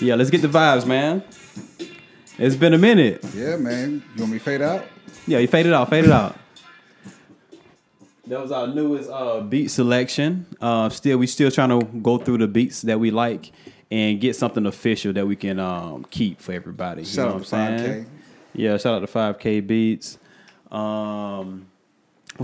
Yeah, let's get the vibes, man. It's been a minute. Yeah, man. You want me to fade out? Yeah, you faded out, faded out. That was our newest uh, beat selection. Uh, still, we still trying to go through the beats that we like and get something official that we can um, keep for everybody. You Shout know out what to I'm 5K. saying? Yeah, shout out to 5K Beats. Um,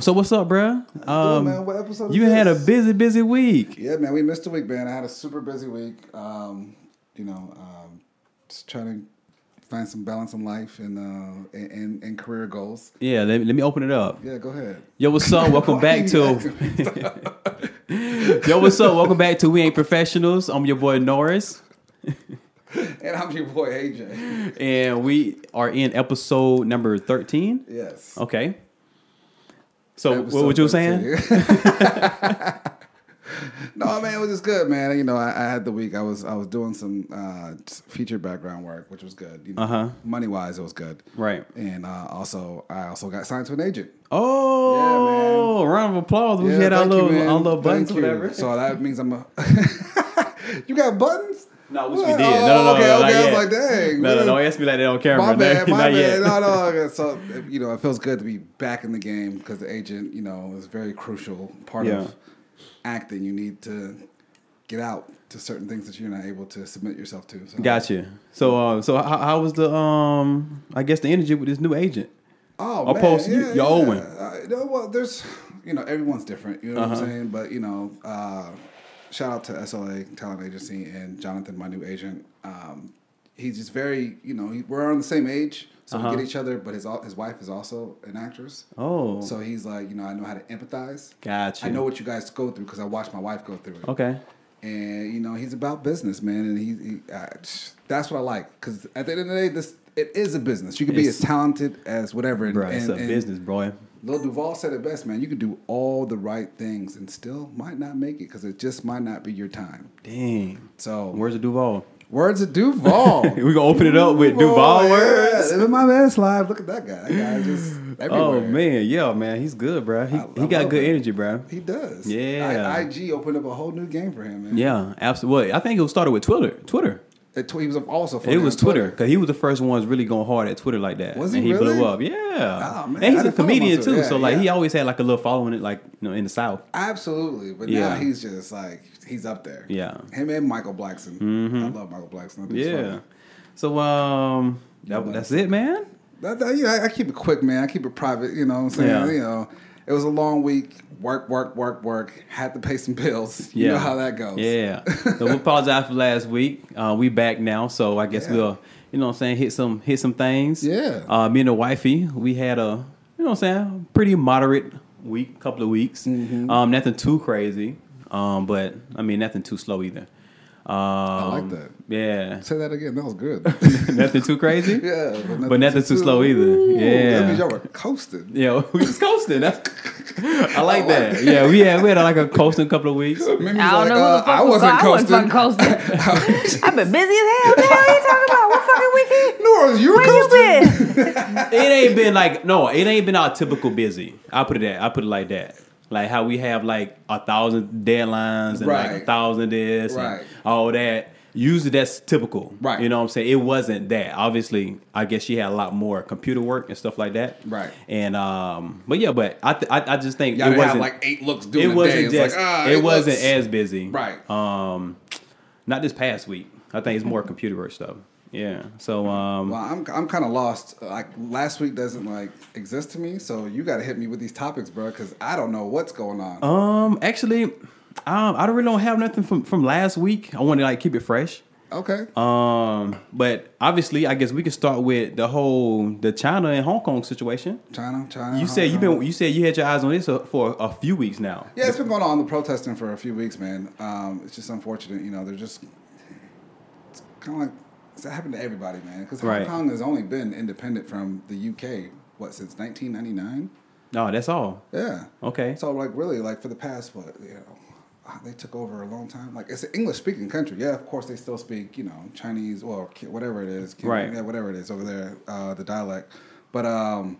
so what's up, bruh? Um, man? What episode is you had a this? busy, busy week. Yeah, man. We missed a week, man. I had a super busy week. Um, you know, um, just trying to find some balance in life and uh, and, and, and career goals. Yeah, let, let me open it up. Yeah, go ahead. Yo, what's up? Welcome back to Yo, what's up? Welcome back to We Ain't Professionals. I'm your boy Norris, and I'm your boy AJ. and we are in episode number 13. Yes. Okay. So what were you saying? no, man, it was just good, man. You know, I, I had the week. I was I was doing some uh, feature background work, which was good. You know, Uh-huh. money wise, it was good. Right. And uh, also, I also got signed to an agent. Oh, round of applause. We had our thank you, little, man. our little buttons, Thank you. whatever. So that means I'm a. you got buttons? No, which we What? did. No, Oh, no, no. okay, not okay. I yet. was like, dang. No, no, man. don't ask me like that on camera. My No, bad, my not bad. yet. No, no. okay. So you know, it feels good to be back in the game because the agent, you know, is a very crucial part Yeah. of acting. You need to get out to certain things that you're not able to submit yourself to. So. Gotcha. So, uh, so how, how was the um? I guess the energy with this new agent. Oh, Opposed to you- your old one. Uh, no, well, there's, you know, everyone's different. You know what Uh-huh. I'm saying? But you know, uh, shout out to SLA Talent Agency and Jonathan, my new agent. Um, he's just very, you know, he, we're on the same age, so Uh-huh. we get each other. But his al- his wife is also an actress. Oh, So he's like, you know, I know how to empathize. gotcha. I know what you guys go through because I watched my wife go through it. Okay. And you know, he's about business, man, and he, he uh, that's what I like because at the end of the day, this it is a business. You can be It's- as talented as whatever. And, Bro, it's and- a and business, boy. Lil Duval said it best, man. You can do all the right things and still might not make it because it just might not be your time. Dang. So Where's the Duval? words of Duval. We gonna open it up with Duval yeah. words. Living my best life. Look at that guy. That guy just everywhere. Oh man, yeah, man, he's good, bro. He, I- I he got love good him. energy, bro. He does. Yeah. I, IG opened up a whole new game for him, man. Yeah, absolutely. I think it started with Twitter. Twitter. It tw- he was also It was Twitter because he was the first ones really going hard at Twitter like that. Was and he really? blew up. Yeah. Oh, man. And I he's a didn't follow him on comedian too, Twitter. so Yeah, like he yeah. always had like a little following it, like you know, in the South. Absolutely, but now Yeah. he's just like he's up there. Yeah. Mm-hmm. him and Michael Blackson. I love Michael Blackson. I think he's Yeah. funny. So um, that, Yeah. that's it, man. That, that- yeah, I- I keep it quick, man. I keep it private. You know, what I'm saying, Yeah. you know, it was a long week. Work, work, work, work. Had to pay some bills. You know how that goes. Yeah. so we apologize for last week. Uh, we back now, so I guess Yeah. we'll you know what I'm saying hit some hit some things. Yeah. Uh, me and the wifey, we had a you know what I'm saying pretty moderate week, couple of weeks. Mm-hmm. Um, nothing too crazy. Um, but I mean nothing too slow either. Um, I like that. Yeah. Say that again. That was good. nothing too crazy. yeah, But nothing too slow either. that Yeah. means y'all were coasting. Yeah, we was coasting. That's, I like I like that. Yeah, we had we had like a coasting couple of weeks. Mimi's I don't like, know who uh, the fuck was I wasn't going- coasting. I wasn't fucking coasting. I've been busy as hell. Man, what are you talking about? What fucking weekend? New Orleans, you were Where you coasting. been? it ain't been like no, it ain't been our typical busy. I put it that I put it like that. Like how we have like a thousand deadlines and like a Right. thousand this Right. and all that. Usually that's typical. Right. You know what I'm saying? It wasn't that. Obviously, I guess she had a lot more computer work and stuff like that. Right. And um but yeah, but I th- I, I just think Y'all it have wasn't like eight looks doing it a day. wasn't It's just like, ah, it, eight wasn't looks. as busy. Right. Um not this past week. I think it's more computer work stuff. Yeah. So um Well, I'm I'm kind of lost. Like last week doesn't like exist to me, so you got to hit me with these topics, bro, because I don't know what's going on. Um, actually, um, I really don't have nothing from from last week. I want to like keep it fresh. okay. Um, but obviously, I guess we can start with the whole the China and Hong Kong situation. China, China. You Hong said you've Kong. been you said you had your eyes on this uh, for a few weeks now. Yeah, it's been going on the protesting for a few weeks, man. Um, it's just unfortunate, you know. They're just it's kind of like it's happened to everybody, man. Because Hong Right. Kong has only been independent from the UK what since 1999. No, Oh, that's all. Yeah. Okay. So like really like for the past what you know ah, they took over a long time. Like it's an English speaking country. Yeah, of course they still speak you know Chinese or ki- whatever it is. Ki- Right. Yeah, whatever it is over there, uh, the dialect. But um,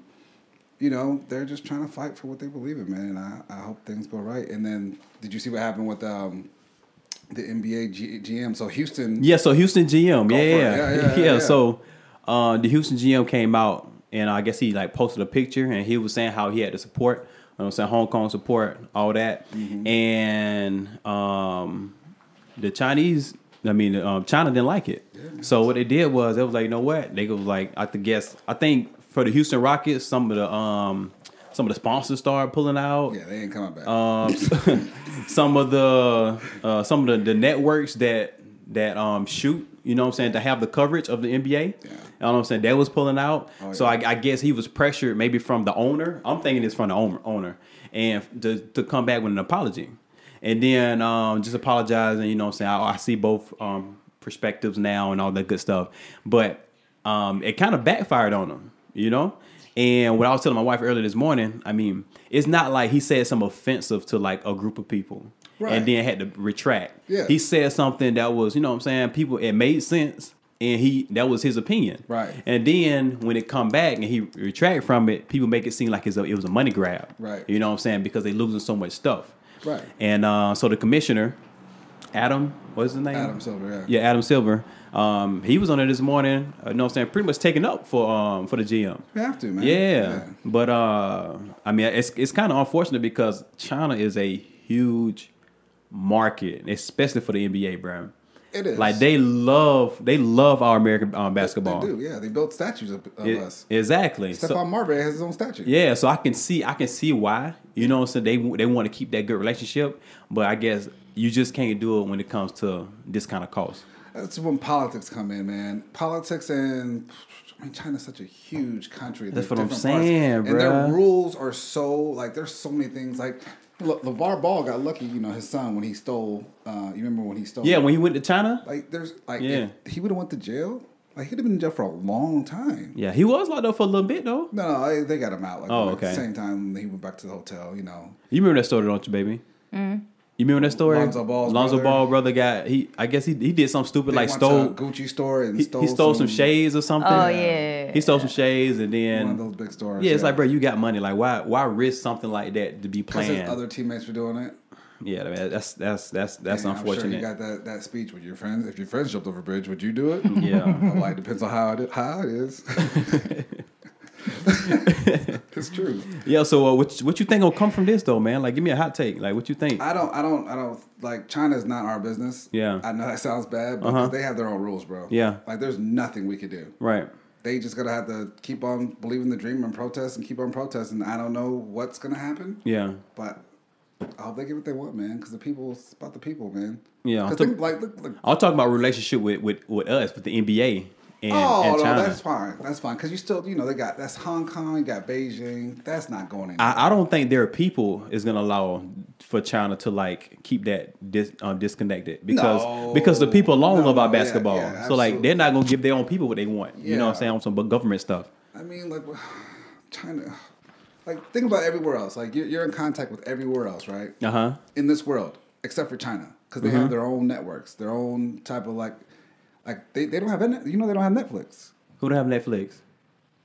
you know they're just trying to fight for what they believe in, man. And I, I hope things go right. And then did you see what happened with um, the NBA G- GM. So Houston, Yeah, so Houston GM. Yeah, for it. yeah. Yeah, Yeah, yeah, yeah, yeah. So uh, the Houston GM came out and I guess he like posted a picture and he was saying how he had to support, you know what I'm saying, Hong Kong support, all that. Mm-hmm. And um, the Chinese, I mean, um, China didn't like it. So what they did was they was like, you know what? They was like, I th- guess I think for the Houston Rockets, some of the um, some of the sponsors started pulling out yeah, they ain't coming back. um, some of the uh, some of the, the networks that that um, shoot, you know what I'm saying, to have the coverage of the NBA. You know what I'm saying? They was pulling out. Oh, So yeah. I, I guess he was pressured maybe from the owner. I'm thinking it's from the owner, owner and to, to come back with an apology. And then um, just apologizing, you know what I'm saying? I, I see both um, perspectives now and all that good stuff. But um, it kind of backfired on him, you know? And what I was telling my wife earlier this morning, I mean, it's not like he said some offensive to like a group of people Right. and then had to retract. Yeah. He said something that was, you know what I'm saying, people it made sense and he that was his opinion. Right. And then when it come back and he retract from it, people make it seem like it's a, it was a money grab. Right. You know what I'm saying? Because they losing so much stuff. Right. And uh, so the commissioner, Adam, what's his name? Adam Silver, yeah. Yeah, Adam Silver. Um, he was on there this morning. Uh, you know what I'm saying? Pretty much taking up for um for the GM. You have to, man. Yeah. But uh I mean it's it's kind of unfortunate because China is a huge market, especially for the NBA, bro. It is. Like they love they love our American um, They basketball. do, yeah. They built statues of, of It- us. Exactly. So- Stephon Marbury has his own statue. yeah, so I can see I can see why. You know what I'm saying? They they want to keep that good relationship, but I guess you just can't do it when it comes to this kind of cost. That's when politics come in, man. Politics and I mean, China's such a huge country. That's There's what I'm different saying, and their bruh. rules are so like there's so many things. Like look, LeVar Ball got lucky, you know, his son when he stole. Uh, you remember when he stole? Yeah, when he went to China, like there's like Yeah. if he would have went to jail. Like he'd have been in jail for a long time. yeah, he was locked up for a little bit though. No, no, they- they got him out. Like, Oh, at the okay. same time he went back to the hotel, you know. You remember that story, don't you, baby? Mm. You remember that story? Lonzo Ball's Lonzo brother. Ball brother got he. I guess he he did something stupid They like went to a stole. Gucci store and He, stole he stole some, shades or something. Oh, yeah. He stole some shades and then One of those big stores. yeah, it's like bro, you got money. Like why why risk something like that to be Because his planned? other teammates were doing it. yeah, man, that's that's that's that's And I'm sure unfortunate. you got that, that speech with your friends. If your friends jumped over a bridge, would you do it? yeah. I'm like, depends on how it, how it is. it's true. Yeah, so uh, what you- what you think will come from this though, man? Like, give me a hot take. Like, what you think? I don't, I don't, I don't, like, China's not our business. Yeah. I know that sounds bad, but 'cause Uh-huh. they have their own rules, bro. Yeah. Like, there's nothing we could do. right. They just gotta have to keep on believing the dream and protest and keep on protesting. I don't know what's gonna happen. Yeah. But I hope they get what they want, man. Because the people, it's about the people, man. Yeah, I'm 'Cause talk- they- like, look, look. I'll talk about relationship with with with us, with the NBA and, oh and no, China. that's fine. That's fine. Because you still, you know, they got that's Hong Kong, you got Beijing. That's not going in. I, I don't think their people is gonna allow for China to like keep that dis, um, disconnected because No. because the people alone No, love our no, yeah, basketball. yeah, so like absolutely. they're not gonna give their own people what they want. You know what I'm Yeah. saying? On some bu- government stuff. I mean, like China. Like think about everywhere else. Like you're, you're in contact with everywhere else, right? Uh huh. In this world, except for China, because they Mm-hmm. have their own networks, their own type of like, like they, they don't have any- you know they don't have Netflix. Who don't have Netflix?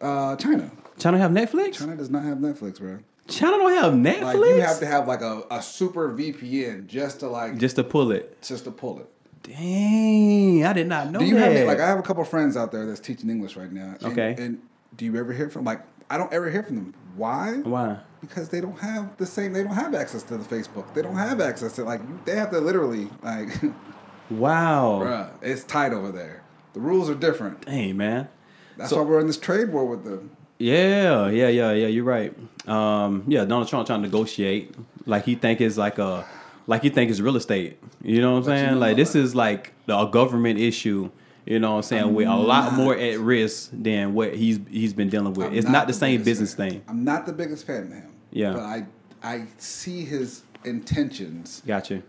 Uh, China. China have Netflix? China, China does not have Netflix, bro. don't have Like Netflix. you have to have like a, a super VPN just to like Just to pull it. just to pull it. Dang, I did not know Do you that. have any- like I have a couple friends out there that's teaching English right now. and- Okay. And do you ever hear from like I don't ever hear from them. Why? Why? Because they don't have the same. They don't have access to the Facebook. They don't have access to like you- they have to literally like, Wow. bruh, it's tight over there. The rules are different. Dang, man. That's why we're in this trade war with them. Yeah, yeah, yeah, yeah. You're right. Um, yeah, Donald Trump trying to negotiate like he think is like a like he think is real estate. You know what I'm saying? know Like this what? is like the- a government issue. You know what I'm saying? With a lot more at risk than what he's he's been dealing with. I'm it's not, the, same biggest business fan. thing. I'm not the biggest fan of him. Yeah. But I I see his intentions Gotcha.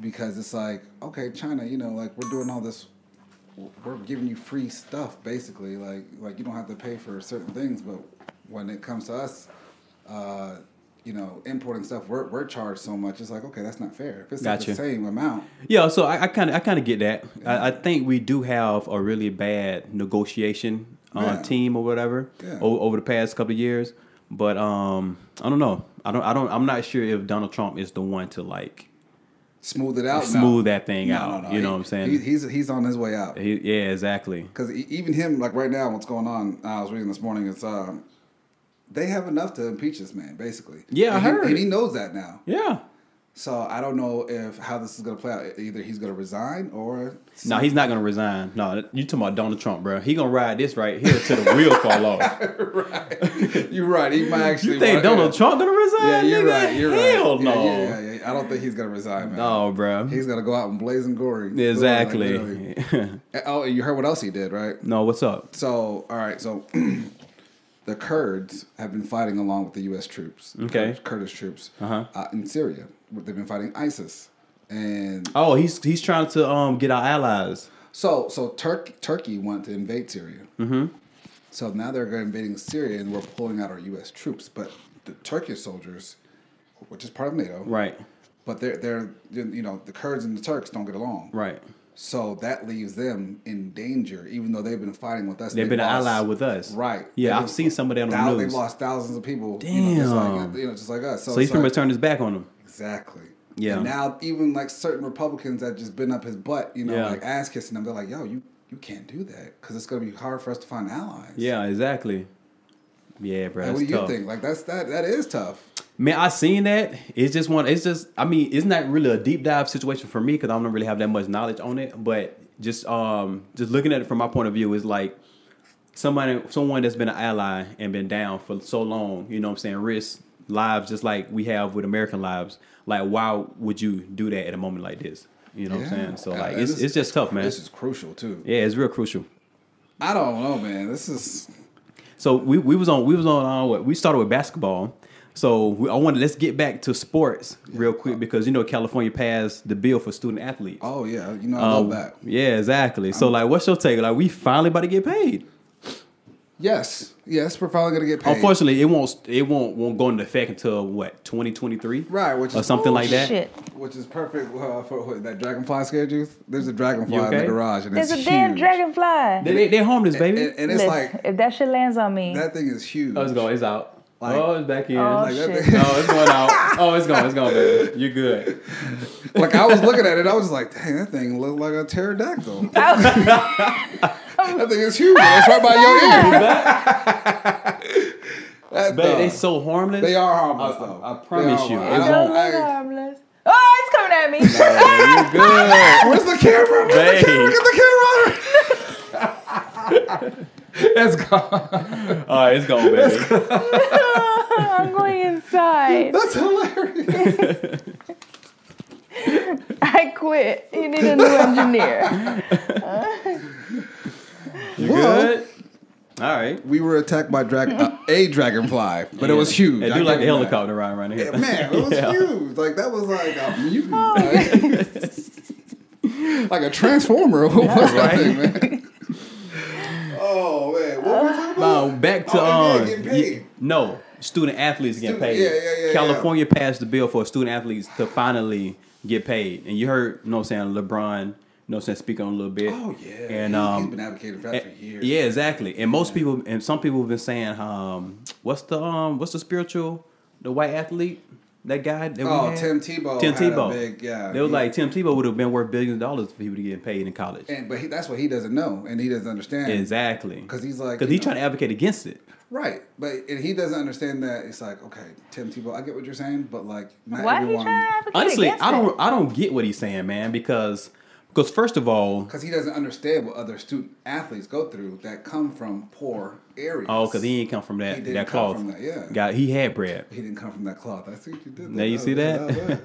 because it's like okay, China, you know, like we're doing all this. We're giving you free stuff basically. Like like you don't have to pay for certain things, but when it comes to us. Uh, you know, importing stuff, we're, we're charged so much. It's like, okay, that's not fair. If it's not the Gotcha. same amount, Yeah, so I kind of I kind of get that. I, I think we do have a really bad negotiation uh, Yeah. team or whatever Yeah. o- over the past couple of years, but um, I don't know. I don't. I don't. I'm not sure if Donald Trump is the one to like smooth it out. smooth now. that thing No, out. no, no. You know He- what I'm saying? He, he's he's on his way out. He- yeah, exactly. Because even him, like right now, what's going on? uh, I was reading this morning. It's um, they have enough to impeach this man, basically. Yeah, I And he- heard. and he knows that now. Yeah. So I don't know if how this is gonna play out. E-, Either he's gonna resign or No, he's not gonna resign. No, you talking about Donald Trump, bro? He gonna ride this right here till the wheel fall off. You're right. He might actually. You think want- Donald Trump gonna resign? Yeah, you're nigga? right. You're Hell right. Yeah, no. Yeah, yeah, yeah. I don't think he's gonna resign, man. No, bro. He's gonna go out and blaze and glory. Like, literally. exactly. oh, and you heard what else he did, right? no, what's up? So, all right. So, the Kurds have been fighting along with the U.S. troops. Okay. Kurdish troops. Uh-huh. Uh, in Syria, they've been fighting ISIS, and Oh, he's he's trying to um get our allies. So so Turk, Turkey wanted to invade Syria. Mm-hmm. So now they're invading Syria, and we're pulling out our U.S. troops, but the Turkish soldiers, which is part of NATO, Right. But they're they're you know the Kurds and the Turks don't get along, Right. So that leaves them in danger, even though they've been fighting with us. They've been an ally with us. right? Yeah, They've I've seen some of that on the thou- They've news. lost thousands of people. you know, just Damn. like, you know, just like us. So, So he's it's like- gonna turn his back on them. Exactly. Yeah. And now even like certain Republicans that just been up his butt, you know, Yeah. like ass kissing them, they're like, "Yo, you you can't do that because it's gonna be hard for us to find allies." Yeah, exactly. Yeah, bro. Like, that's what do you tough. think? Like that's that that is tough. Man, I seen that. It's just one. It's just. I mean, it's not really a deep dive situation for me because I don't really have that much knowledge on it. But just um, just looking at it from my point of view is like somebody, someone that's been an ally and been down for so long. You know what I'm saying? Risk lives just like we have with American lives. Like, why would you do that at a moment like this? You know what Yeah. I'm saying? So Uh, like, and it's this- it's just tough, man. This is crucial too. Yeah, it's real crucial. I don't know, man. This is So we, we was on we was on uh, what- we started with basketball. So we, I wanted let's get back to sports real quick because you know California passed the bill for student athletes. oh yeah, you know I love Um, that. Yeah, exactly. So like, what's your take? Like, we finally about to get paid. Yes, yes, we're probably gonna get paid. Unfortunately, it won't it won't won't go into effect until what twenty twenty three, Right, which or is something like that. Shit. which is perfect uh, for what, that dragonfly scare juice. There's a dragonfly in okay? the garage, and There's a it's damn huge. They, dragonfly. they, they homeless, baby. and, and it's Listen, like if that shit lands on me, that thing is huge. let's go. It's out. Like- oh, it's back in. oh like that shit. thing- oh, it's going out. Oh, it's going. It's going, baby. You're good. Like I was looking at it, I was like, "Dang, that thing looked like a pterodactyl." Oh, that thing is huge. It's right by your ear. That But thing- it's so harmless. they are harmless, I- though. I They are promise you, harmless. it won't- I don't- Don't look harmless. Oh, it's coming at me. You're good. Where's the Babe. camera? Where's the camera? Get the camera! That's gone. All right, it's going, baby. I'm going inside. That's hilarious. I quit. You need a new engineer. You Well- good? All right. We were attacked by drag- uh, a dragonfly, but it was huge. They I do like the give them that. helicopter ride around here. Man, it was Yeah. huge. Like that was like Oh, a mutant. Like, like a transformer. What was that thing, man? Oh man, what were we talking about? Now, back to Oh, um, yeah, getting paid. y- no student athletes getting Student- paid. yeah, yeah, yeah, California passed the bill for student athletes to finally get paid, and you heard, you know, what I'm saying LeBron, you know, what I'm saying speak on a little bit. Oh yeah, and he, um, has been advocating for that for a- years. yeah, exactly. And most people, and some people have been saying, um, what's the um, what's the spiritual, the white athlete, that guy that we Oh, had? Tim Tebow. Tim had a Tebow. big- yeah, they were he- like Tim Tebow would have been worth billions of dollars if he would have getting paid in college. and but he, that's what he doesn't know, and he doesn't understand. Exactly. 'Cause he's like, because you he's know- trying to advocate against it. Right, but and he doesn't understand that it's like okay, Tim Tebow. I get what you're saying, but like not Why he everyone. trying to advocate Honestly, against I it? don't, I don't get what he's saying, man. Because, because first of all, because he doesn't understand what other student athletes go through that come from poor areas. oh, because he ain't come from that He didn't that come cloth. from that, yeah. Got he had bread. He didn't come from that cloth. I see what you did. there. Now you That see was- that?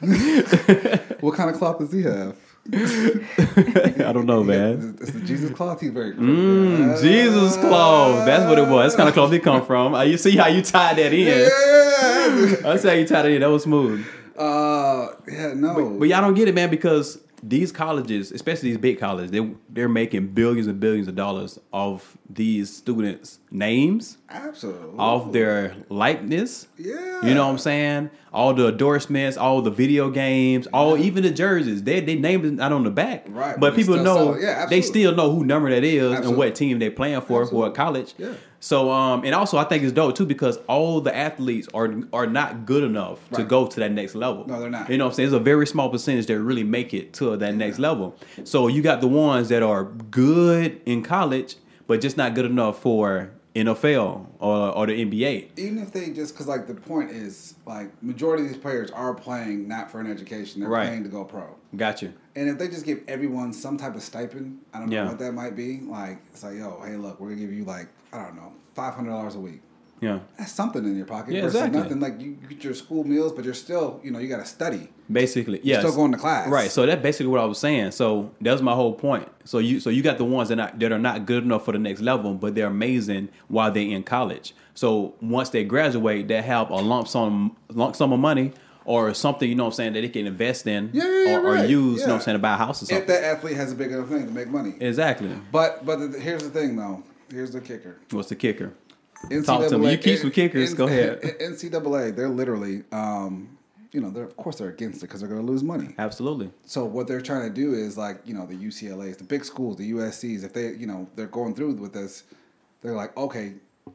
that was- what kind of cloth does he have? I don't know, man. It's the Jesus cloth. He's very. Mm, Jesus cloth. That's what it was. That's kind of cloth he come from. Uh, You see how you tied that in? Yeah. That's how you tied it in. That was smooth. Uh, yeah. No. But y'all don't get it, man, because these colleges, especially these big colleges, they they're making billions and billions of dollars off these students' names Absolutely. off their likeness. Yeah. You know what I'm saying? All the endorsements, all the video games, all even the jerseys. They they named it out on the back. Right, But, but people it's still know solid. Yeah, they absolutely. still know who number that is and Absolutely. what team they playing for for Absolutely. a college. Yeah. So um and also I think it's dope too because all the athletes are are not good enough to Right. go to that next level. No, they're not. You know what I'm saying? It's a very small percentage that really make it to that next level. So you got the ones that are good in college, but just not good enough for NFL or, or the NBA. even if they just because like the point is like majority of these players are playing not for an education they're Right. playing to go pro Gotcha. and if they just give everyone some type of stipend i don't Yeah. know what that might be like it's like yo hey look we're gonna give you like i don't know $500 a week Yeah. that's something in your pocket Yeah, versus exactly. nothing like you get your school meals but you're still you know you gotta study Basically, yes. still going to class. Right. So that's basically what I was saying. So that was my whole point. So you so you got the ones that not, that are not good enough for the next level, but they're amazing while they're in college. So once they graduate, they have a lump sum lump sum of money or something, you know what I'm saying, that they can invest in Yeah, yeah, yeah, or, or use, right. you know Yeah. what I'm saying, to buy a house or if something. that athlete has a big enough thing to make money exactly. but but the, here's the thing though here's the kicker What's the kicker? NCAA, Talk to me. You keep some kickers. Go ahead. NCAA, they're literally, um, you know, they're of course they're against it because they're going to lose money. Absolutely. So what they're trying to do is like, you know, the UCLA's, the big schools, the USC's. If they, you know, they're going through with this, they're like, okay,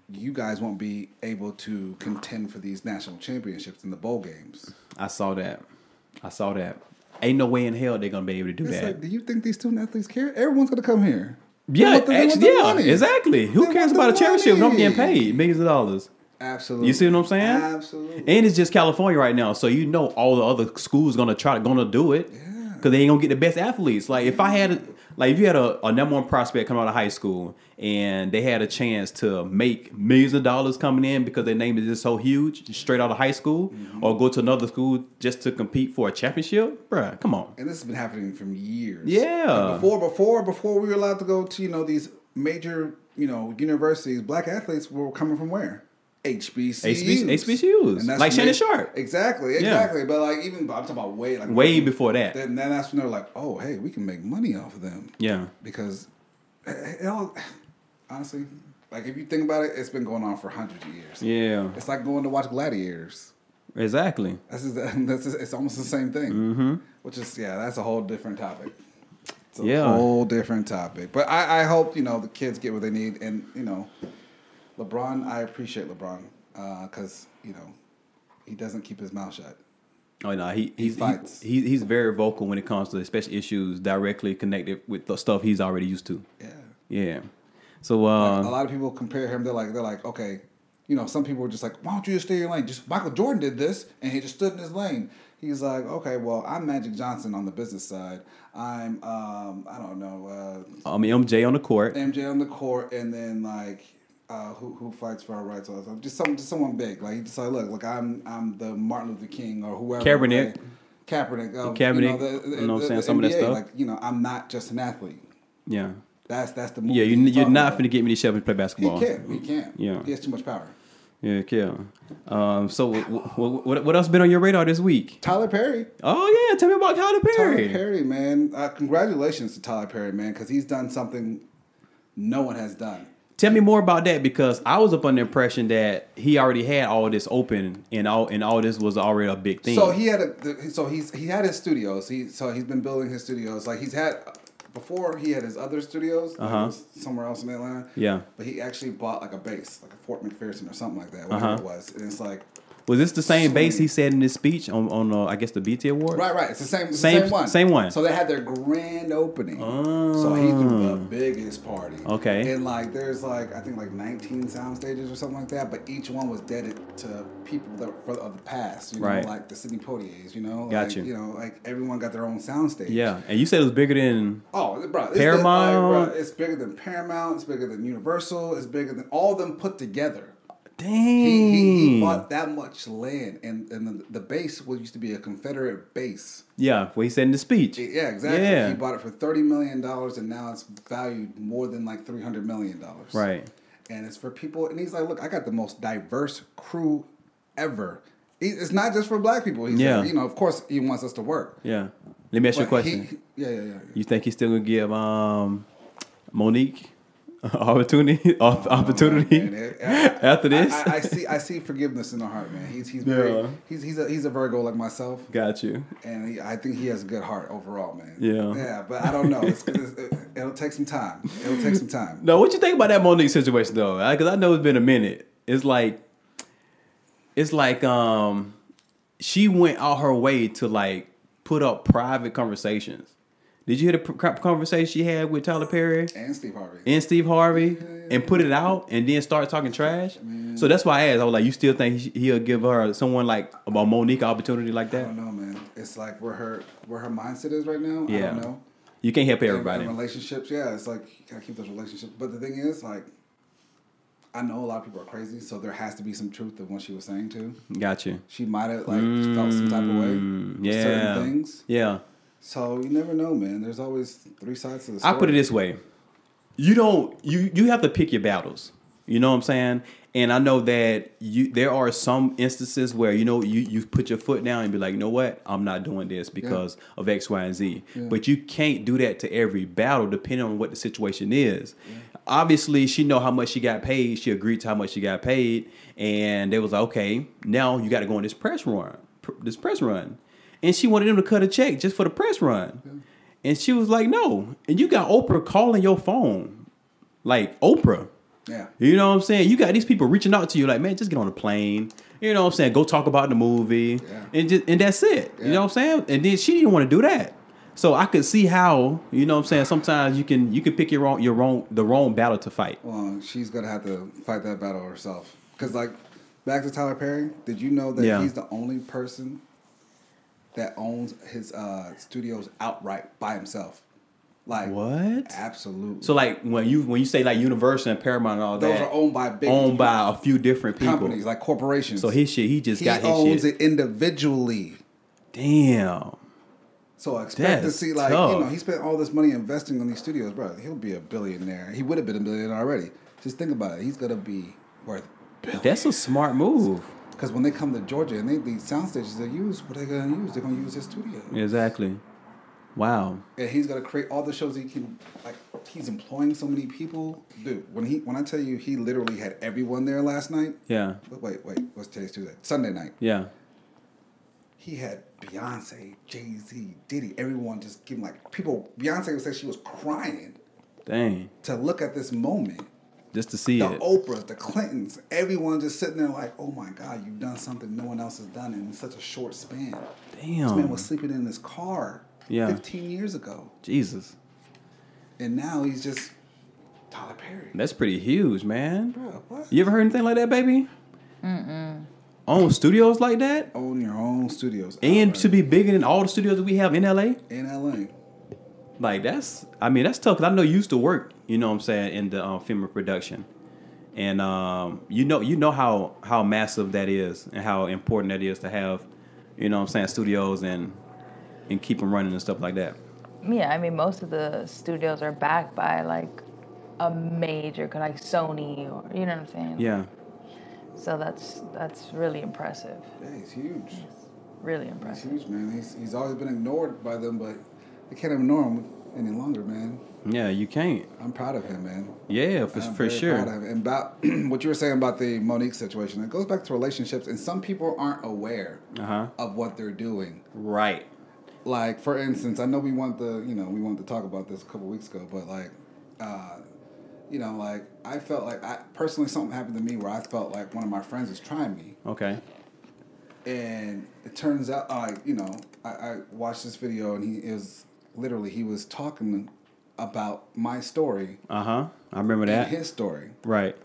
you guys won't be able to contend for these national championships in the bowl games. I saw that. I saw that. Ain't no way in hell they're gonna be able to do It's that. like, do you think these student athletes care? Everyone's going to come here. They yeah, want the- they want actually, the yeah, money. exactly. They Who want cares the about a championship when I'm getting money. paid millions of dollars? Absolutely. You see what I'm saying? Absolutely. And it's just California right now, so you know all the other schools gonna try gonna do it because they ain't gonna get the best athletes. Like if I had, like if you had a, a number one prospect come out of high school and they had a chance to make millions of dollars coming in because their name is just so huge, straight out of high school, Mm-hmm. or go to another school just to compete for a championship, bruh, come on. and this has been happening from years. Yeah. Like, before, before, before we were allowed to go to you know these major you know universities, black athletes were coming from where? HBCUs. HBCUs. Like when Shannon they- Sharp. Exactly, exactly. But like even I'm talking about way like Way before that, Then, then that's when they're like, oh hey, we can make money off of them. yeah. Because eh, it it all honestly, like if you think about it, it's been going on for hundreds of years. Yeah, It's like going to watch gladiators. exactly. That's just, that's just, it's almost the same thing. Mm-hmm. Which is yeah, that's a whole different topic. It's a Yeah. whole different topic. But I, I hope you know the kids get what they need, and you know, LeBron. I appreciate LeBron because you know he doesn't keep his mouth shut. Oh no, he he's fights. he, he- he's very vocal when it comes to especially issues directly connected with the stuff he's already used to. Yeah, Yeah. So a uh lot of people compare him. They're like they're like okay, you know, some people are just like, why don't you just stay in your lane? Just Michael Jordan did this, and he just stood in his lane. He's like, okay, well, I'm Magic Johnson on the business side. I'm, um, I don't know, uh, I mean MJ on the court. MJ on the court, and then like uh, who who fights for our rights all the time? Just some just someone big. Like you just like look, like I'm I'm the Martin Luther King or whoever. Kaepernick. Like, Kaepernick. Uh, Kaepernick, the- you know what I'm the- saying, the some of that NBA, stuff. Like you know, I'm not just an athlete. Yeah. That's that's the movie Yeah, you, he's you're talking not about. finna get me to Shepard to play He basketball. can't. He can't. Yeah. He has too much power. Yeah, yeah. Um, so what, what, what else been on your radar this week? Tyler Perry. Oh yeah, tell me about Tyler Perry. Tyler Perry, man. Uh, congratulations to Tyler Perry, man, because he's done something no one has done. Tell me more about that because I was up under the impression that he already had all this open and all and all this was already a big thing. So he had a the- so he's he had his studios. He so he's been building his studios. Like he's had before he had his other studios like, it Uh-huh. was somewhere else in Atlanta. Yeah. But he actually bought like a base, like a Fort McPherson or something like that, whatever Uh-huh. it was. And it's like was this the same So- base he said in his speech on on uh, I guess the BT Award? right, right. It's the same, it's Same- the same one. same one. So they had their grand opening. So he threw the biggest party. Oh. Okay. And like there's like I think like 19 sound stages or something like that, but each one was dedicated to people that were of the past. You know, Right. like the Sydney Poitiers. You know, Gotcha. Like, you know, like everyone got their own sound stage. Yeah, and you said it was bigger than Oh, bro! It's Paramount. The, like, bro, it's bigger than Paramount. It's bigger than Universal. It's bigger than all of them put together. dang. He, he, Hmm. he bought that much land, and and the, the base was used to be a Confederate base. yeah, what he said in the speech. Yeah, exactly. Yeah, He bought it for thirty million dollars, and now it's valued more than like three hundred million dollars. right. And it's for people, and he's like, "Look, I got the most diverse crew ever. He- It's not just for black people. He's Yeah. like, you know, of course, he wants us to work. Yeah. Let me ask you a But question. He, yeah, yeah, yeah. you think he's still gonna give um, Monique opportunity op- opportunity Oh, Man, it- after I- this. I, I see. I see forgiveness in the heart, man. He's he's very Yeah. he's he's a, he's a Virgo like myself, Got you. and he, I think he has a good heart overall, man. Yeah. yeah. But I don't know. It's, it's, it, it'll take some time. It'll take some time. No, what you think about that Monique situation though? Because I know it's been a minute. It's like, it's like um, she went out her way to like put up private conversations. Did you hear the pr- conversation she had with Tyler Perry? And Steve Harvey. and Steve Harvey and put it out and then start talking trash. So that's why I asked. I was like, you still think he- he'll give her someone like about Monique an opportunity like I that? don't know, man. It's like where her where her mindset is right now. I Yeah. don't know. You can't help And- everybody. and relationships, yeah, it's like you gotta keep those relationships. But the thing is, like, I know a lot of people are crazy, so there has to be some truth to what she was saying too. Got you. She might have like felt some type of way. with Mm, Yeah. Certain things. Yeah. So you never know, man. There's always three sides to the I story. put it this way. You don't you you have to pick your battles. You know what I'm saying? And I know that you there are some instances where you know you you put your foot down and be like, "You know what? I'm not doing this because of X, Y, and Z." But you can't do that to every battle depending on what the situation is. Obviously, she know how much she got paid. She agreed to how much she got paid, and they was like, "Okay, now you got to go on this press run, pr- this press run." And she wanted them to cut a check just for the press run. And she was like, no. And you got Oprah calling your phone. Like Oprah. Yeah. You know what I'm saying? You got these people reaching out to you like, man, just get on a plane. You know what I'm saying? Go talk about the movie. Yeah. And just, and that's it. You know what I'm saying? And then she didn't want to do that. So I could see how, you know what I'm saying, sometimes you can you can pick your wrong your wrong the wrong battle to fight. Well, she's gonna have to fight that battle herself. Cause like, back to Tyler Perry. Did you know that Yeah. he's the only person that owns his uh, studios outright by himself? Like What? Absolutely. So like when you when you say like Universal and Paramount and all Those that are owned by big owned by a few different people. companies like corporations. so his shit, he just he got his owns shit. it individually. Damn. So I expect That's to see like you tough. know he spent all this money investing on these studios, bro. He'll be a billionaire. He would have been a billionaire already. Just think about it. He's gonna be worth That's a smart move. because when they come to Georgia and they the sound stations they use, what are they gonna use? They're gonna use his studio, Exactly. Wow. and he's gonna create all the shows he can. Like he's employing so many people, dude. When he when I tell you he literally had everyone there last night. Yeah. But wait, wait, what's today's Tuesday? Sunday night. Yeah. he had Beyonce, Jay Z, Diddy, everyone just giving like people. Beyonce was saying she was crying Dang. to look at this moment. Just to see The it. Oprahs, the Clintons, everyone just sitting there like, oh my God, you've done something no one else has done in such a short span. This man Damn. was sleeping in his car Yeah. 15 years ago. Jesus. And now he's just Tyler Perry. That's pretty huge, man. Bro, what? You ever heard anything like that, baby? Mm-mm. Own studios like that? Own your own studios. And outright to be bigger than all the studios that we have in LA? In LA. Like that's I mean, that's tough 'cause I know you used to work, you know what I'm saying, in the um, film and production. And um, you know you know how how massive that is and how important that is to have, you know what I'm saying, studios and and keep them running and stuff like that. Yeah, I mean, most of the studios are backed by like a major, like Sony, or you know what I'm saying. Yeah. So that's that's really impressive. Yeah, he's huge. Really He's impressive. huge, man. He's, he's always been ignored by them, but they can't ignore him any longer, man. Yeah, you can't. I'm proud of him, man. Yeah, for, I'm for very sure. proud of him. And about what you were saying about the Monique situation, it goes back to relationships, and some people aren't aware Uh-huh. of what they're doing. Right. Like, for instance, I know we want the you know we wanted to talk about this a couple weeks ago, but like, uh, you know, like I felt like I personally something happened to me where I felt like one of my friends was trying me, Okay. and it turns out like you know I, I watched this video and he is literally he was talking about my story Uh-huh. I remember and that. his story Right.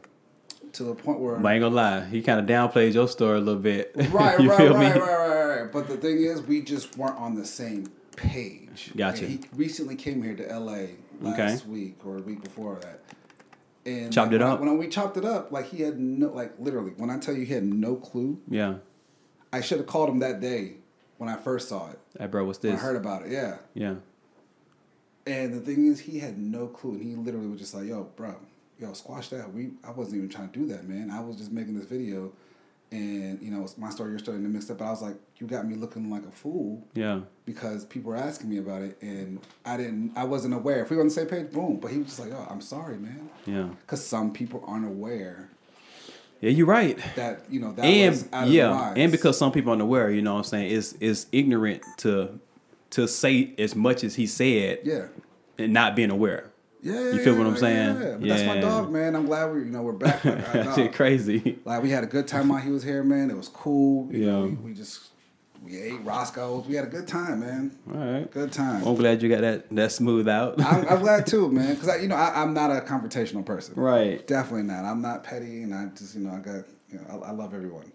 to the point where But I ain't gonna lie, he kind of downplayed your story a little bit. Right, you right, feel right, me? right, right, right. But the thing is, we just weren't on the same page. Gotcha. And he recently came here to LA last Okay. week or a week before that. And Chopped like, it when I- up. when I- we chopped it up, like he had no, like literally, when I tell you he had no clue, Yeah. I should have called him that day when I first saw it. Hey, bro, what's When this? I heard about it, yeah. yeah. And the thing is, he had no clue, and he literally was just like, "Yo, bro, yo, squash that. We, I wasn't even trying to do that, man. I was just making this video, and you know it's my story, your story, and they mixed up. But I was like, you got me looking like a fool Yeah. because people were asking me about it, and I didn't, I wasn't aware. If we were on the same page, boom. But he was just like, oh, I'm sorry, man, Yeah. because some people aren't aware Yeah, you're right. that you know that was and out of yeah, lines. and because some people aren't aware, you know what I'm saying, it's it's ignorant to to say as much as he said yeah. and not being aware. Yeah, You feel what I'm yeah, saying? Yeah, but that's my Yeah. dog, man. I'm glad we, you know, we're back. Like, I- That shit crazy. Like we had a good time while he was here, man. It was cool. You know, Yeah. we, we just we ate Roscoe's. We had a good time, man. All right. Oh. Good time. I'm glad you got that that smooth out. I'm, I'm glad too, man. Because I, you know, I, I'm not a confrontational person. right. Definitely not. I'm not petty, and I just, you know, I got, you know, I, I love everyone.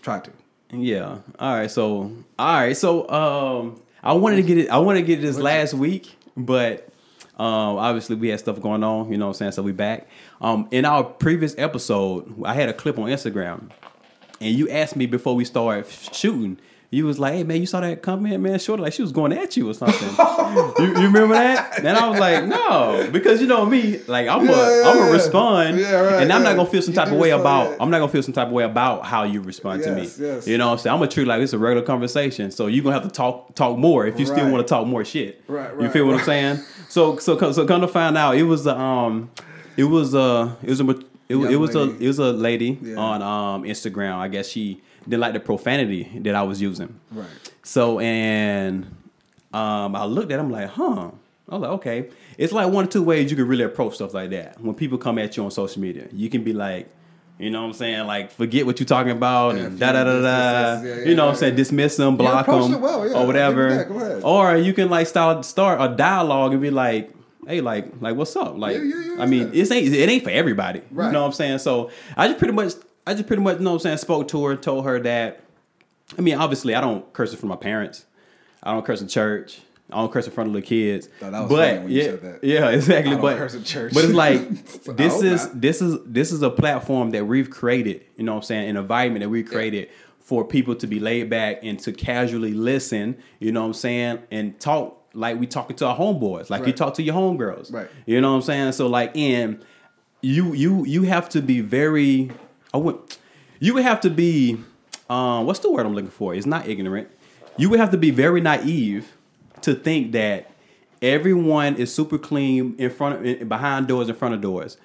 Try to. Yeah. All right. So all right. So um, I wanted to get it. I wanted to get it this last week, but um, obviously we had stuff going on. You know what I'm saying? So we back. Um, in our previous episode, I had a clip on Instagram, and you asked me before we started shooting. You was like, "Hey man, you saw that comment, man? Shorty, like she was going at you or something." you, you remember that? And I was like, "No," because you know me, like I'm a, Yeah, yeah, I'm gonna yeah. respond, Yeah, right, and I'm yeah. not gonna feel some You type do of way respond, about yeah. I'm not gonna feel some type of way about how you respond Yes, to me. yes. You know what I'm saying? I'm gonna treat it like it's a regular conversation. So you're gonna have to talk talk more if you still Right. wanna talk more shit. Right, You right, feel what right. I'm saying? So so co- so come to find out it was the um it was uh it was a mat- it, was- it Young was a lady. it was a lady Yeah. on um Instagram. I guess she didn't like the profanity that I was using. Right. So and um, I looked at him like, huh. I was like, okay. It's like one or two ways you can really approach stuff like that. When people come at you on social media, you can be like, you know what I'm saying? Like, forget what you're talking about and Yeah, da da da da. dismiss- yeah, you know yeah, what I'm saying? yeah. Dismiss them, block approached them, it well, yeah. Give or me whatever. that, go ahead. Or you can like start start a dialogue and be like, hey, like, like what's up? Like, Yeah, yeah, yeah, I mean, yeah. it's ain't it ain't for everybody. Right. You know what I'm saying? So I just pretty much I just pretty much you know what I'm saying spoke to her, told her that I mean, obviously, I don't curse it from my parents. I don't curse in church. I don't curse in front of little kids. No, that was but funny when you yeah, said that. yeah, exactly. I don't but curse in church. but it's like I this hope is not. this is this is a platform that we've created. You know what I'm saying? An environment that we created for people to be laid back and to casually listen. You know what I'm saying? And talk like we talking to our homeboys, like you Right. talk to your homegirls. Right. You know what I'm saying? So like in you you you have to be very I would you would have to be um what's the word I'm looking for? It's not ignorant. You would have to be very naive to think that everyone is super clean in front of in- behind doors in front of doors.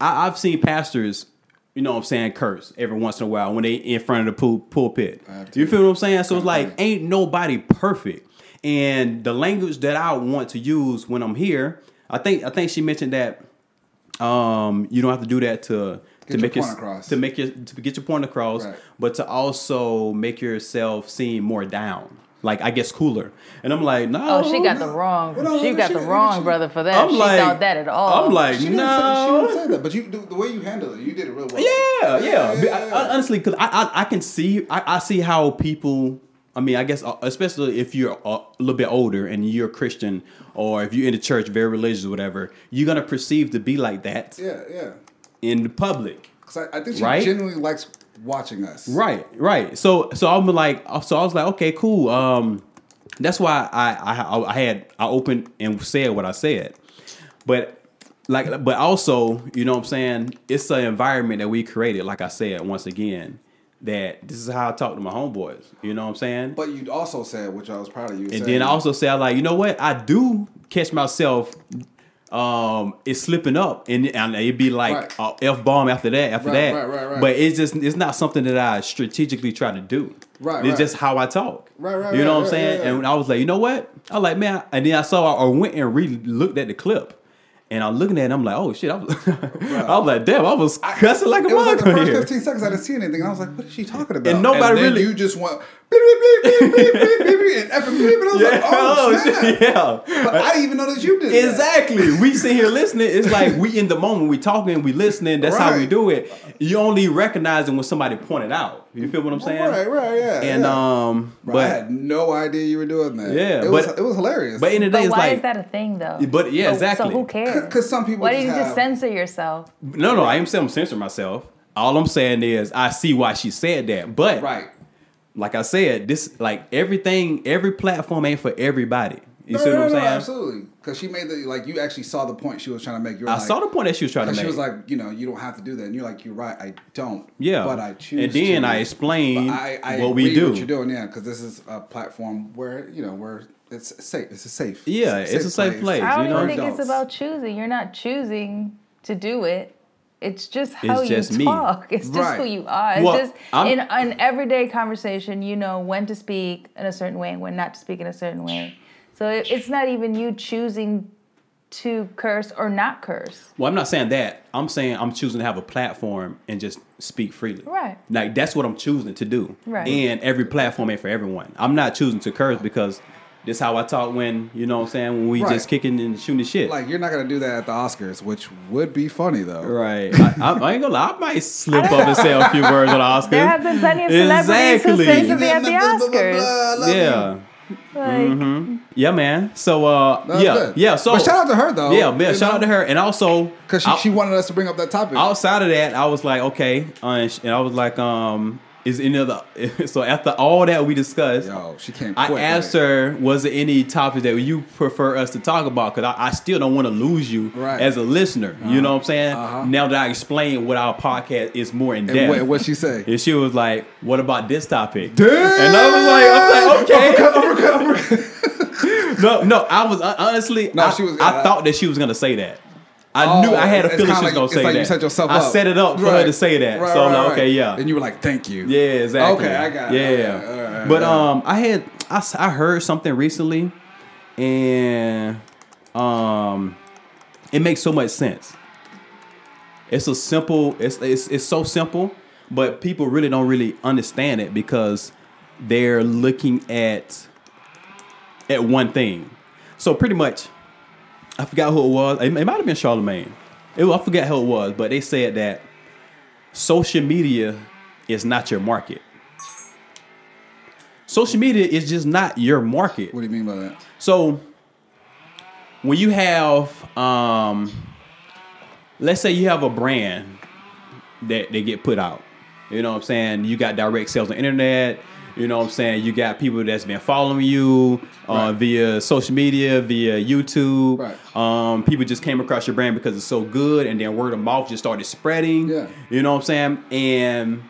I, I've seen pastors, you know what I'm saying, curse every once in a while when they in front of the pul- pulpit. You feel what I'm saying? So it's like ain't nobody perfect. And the language that I want to use when I'm here, I think I think she mentioned that um, you don't have to do that to to your make your point across. to make your to get your point across, Right. but to also make yourself seem more down. Like I guess cooler. And I'm like, no. Oh, she got the wrong. Well, no, she no, got she- the wrong she- brother for that. I'm she like, thought that at all. I'm like, She didn't, say, she no. didn't say that, but you the, the way you handled it, you did it real well. Yeah, yeah. Yeah, yeah, yeah. I- I- honestly, because I, I I can see I, I see how people. I mean, I guess uh, especially if you're a little bit older and you're a Christian, or if you're in the church, very religious, or whatever, you're gonna perceive to be like that Yeah, yeah. in the public. Because I, I think she Right? genuinely likes watching us. Right, right. So so I'm like so I was like okay cool. Um, that's why I I, I had I opened and said what I said, but like but also you know what I'm saying it's an environment that we created. Like I said once again that this is how I talk to my homeboys. You know what I'm saying. But you also said, which I was proud of you. and then I also said like you know what I do catch myself. Um, it's slipping up, and, and it'd be like Right. a f bomb after that, after Right, that. right, right, right. But it's just it's not something that I strategically try to do. Right, It's right. just how I talk. Right, right, You know right, what I'm right, saying? yeah, yeah. And I was like, you know what? I was like, man. And then I saw or went and re looked at the clip, and I'm looking at it. I'm like, oh shit! I was, I was like, damn! I was cussing like a It was like the motherfucker first here. 15 seconds I didn't see anything, and I was like, "What is she talking about?" And nobody then really- You just went bleep bleep bleep bleep bleep bleep, bleep bleep, and effing bleep, and I was Yeah, like, "Oh, oh, snap. shit, yeah. But I didn't even know that you did that. Exactly. we sit here listening. It's like we in the moment. We talking. We listening. That's how we Right. do it. You only recognize it when somebody pointed out. You feel what I'm saying? Oh, Right, right, yeah. And yeah. um, Bro, I but had no idea you were doing that. Yeah, it was but- it was hilarious. but in the day, But it's why like is that a thing though? But, yeah, so, exactly. So who cares? 'Cause some people Why do just you have- just censor yourself? no, no. I am saying I'm censoring myself. All I'm saying is I see why she said that. But right, like I said, this like everything, every platform ain't for everybody. You see what I'm saying? absolutely. Because she made the like you actually saw the point she was trying to make. You were I like, saw the point that she was trying to And make. she was like, you know, you don't have to do that. And you're like, you're right, I don't. yeah, But I choose. And then to. I explained But I, I what agree we do. What you're doing, yeah, because this is a platform where you know where it's safe. It's a safe. Yeah, it's a safe place, I don't you know? even think Adults. it's about choosing. You're not choosing to do it. It's just how just me. you talk. It's just who Right. you are. It's Well, just I'm- in an everyday conversation, you know when to speak in a certain way and when not to speak in a certain way. So it, it's not even you choosing to curse or not curse. Well, I'm not saying that. I'm saying I'm choosing to have a platform and just speak freely. Right. Like that's what I'm choosing to do. Right. And every platform ain't for everyone. I'm not choosing to curse because this how I talk when you know what I'm saying when we Right. just kicking and shooting the shit. Like you're not gonna do that at the Oscars, which would be funny though. Right, I, I, I ain't gonna lie. I might slip up and say a few words on the Oscars. There have been plenty of celebrities who say Exactly. something at the Oscars. yeah, Like, Mm-hmm. yeah, man. So, uh, That was yeah, good. yeah. So, But shout out to her, though. Yeah, man. You Shout know? out to her, and also Because she, I- she wanted us to bring up that topic. outside of that, I was like, okay, uh, and, sh- and I was like, um, is any other? so after all that we discussed, Yo, she came. I quick, asked like- her, was there any topic that you prefer us to talk about? Because I, I still don't want to lose you Right. as a listener. You know what I'm saying? Uh-huh. Now that I explained what our podcast is more in And depth, what what she say? and she was like, "What about this topic?" Damn! And I was like, "I was like, okay." no, no, I was uh, honestly, No, I, she was- uh, I thought that she was gonna say that. I Oh, knew I had a it's feeling she kinda was like- gonna it's say like that. You set yourself I up. set it up for her Right. to say that. Right, so I'm right, like, right. okay, yeah, And you were like, "Thank you." yeah, exactly. Okay, I got it. Yeah, Okay, all right, all right, but all right. um, I had I, s- I heard something recently, and um, it makes so much sense. It's a simple. It's it's it's so simple, but people really don't really understand it because they're looking at at one thing. So pretty much, I forgot who it was. It, it might have been Charlemagne. It, was- I forgot who it was, but they said that social media is not your market. Social media is just not your market. What do you mean by that? So when you have, um, let's say you have a brand that they get put out. You know what I'm saying? You got direct sales on the internet. You know what I'm saying? You got people that's been following you uh, Right. via social media, via YouTube. Right. Um, people just came across your brand because it's so good, and then word of mouth just started spreading. Yeah. You know what I'm saying? And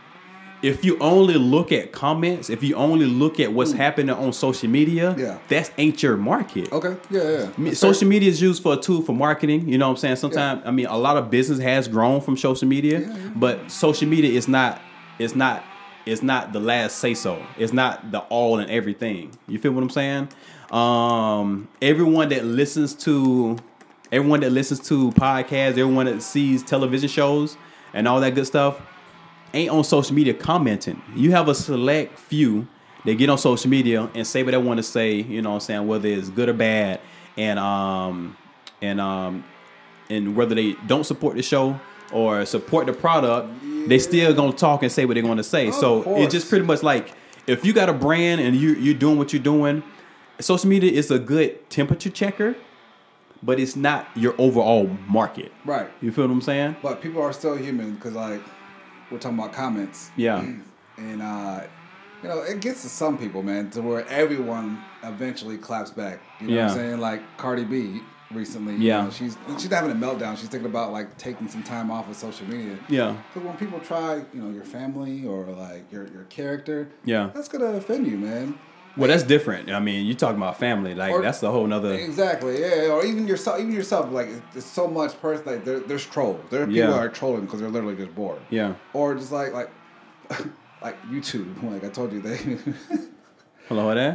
if you only look at comments, if you only look at what's happening on social media, Yeah. that's ain't your market. Okay, yeah, yeah. I mean, That's social media is used for a tool for marketing. You know what I'm saying? Sometimes I mean a lot of business has grown from social media, Yeah, yeah. but social media is not it's not it's not the last say so. It's not the all and everything. You feel what I'm saying? Um, everyone that listens to everyone that listens to podcasts, everyone that sees television shows and all that good stuff, ain't on social media commenting. You have a select few that get on social media and say what they want to say, you know what I'm saying, whether it's good or bad, and um and um and whether they don't support the show or support the product, they still gonna talk and say what they're gonna say. so course. it's just pretty much like if you got a brand and you you're doing what you're doing, social media is a good temperature checker, but it's not your overall market. Right. You feel what I'm saying? But people are still human because, like, we're talking about comments. Yeah. And, uh, you know, it gets to some people, man, to where everyone eventually claps back. You know what Yeah. I'm saying? Like Cardi B recently. Yeah. You know, she's she's having a meltdown. She's thinking about, like, taking some time off of social media. Yeah. Because when people try, you know, your family or, like, your, your character, Yeah. that's going to offend you, man. Well, that's different. I mean, you talking about family, like Or- that's a whole nother. Exactly, yeah, or even yourself, even yourself. Like it's so much person. Like there, there's trolls. There are people Yeah. that are trolling because they're literally just bored. Yeah. Or just like like like YouTube. Like I told you, they Hello there.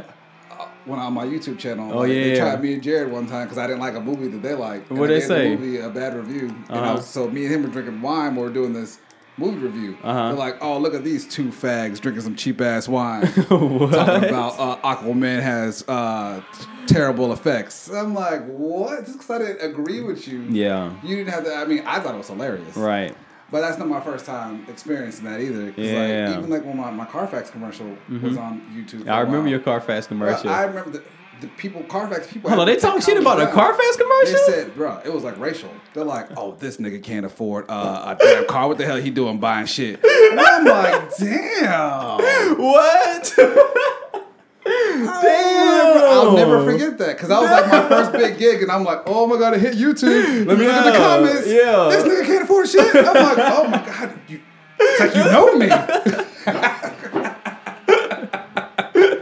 when on my YouTube channel. Oh, like, yeah. They tried me and Jared one time because I didn't like a movie that they liked. and What'd they gave say? The movie a bad review. And I Uh-huh. was, so me and him were drinking wine. while We were doing this. Movie review. Uh-huh. They're like, oh, look at these two fags drinking some cheap ass wine, What? talking about uh, Aquaman has uh, terrible effects. I'm like, what? Just because I didn't agree with you, Yeah. you didn't have to. I mean, I thought it was hilarious, Right. but that's not my first time experiencing that either. 'cause, Yeah. Mm-hmm. Like, even like when my, my Carfax commercial was on YouTube. for I a remember while. your Carfax Bruh, commercial. I remember the, the people, Carfax people. Hold on, had they to talking come shit about a down. Carfax commercial? They said, bro, it was like racial. They're like, oh, this nigga can't afford uh, a damn car. What the hell he doing buying shit? And I'm like, damn. what? Damn. I I'll never forget that because I was like my first big gig, and I'm like, oh my god, it hit YouTube. Let me look in the Yeah, comments. yeah. this nigga can't afford shit. I'm like, oh my god, you, it's like you know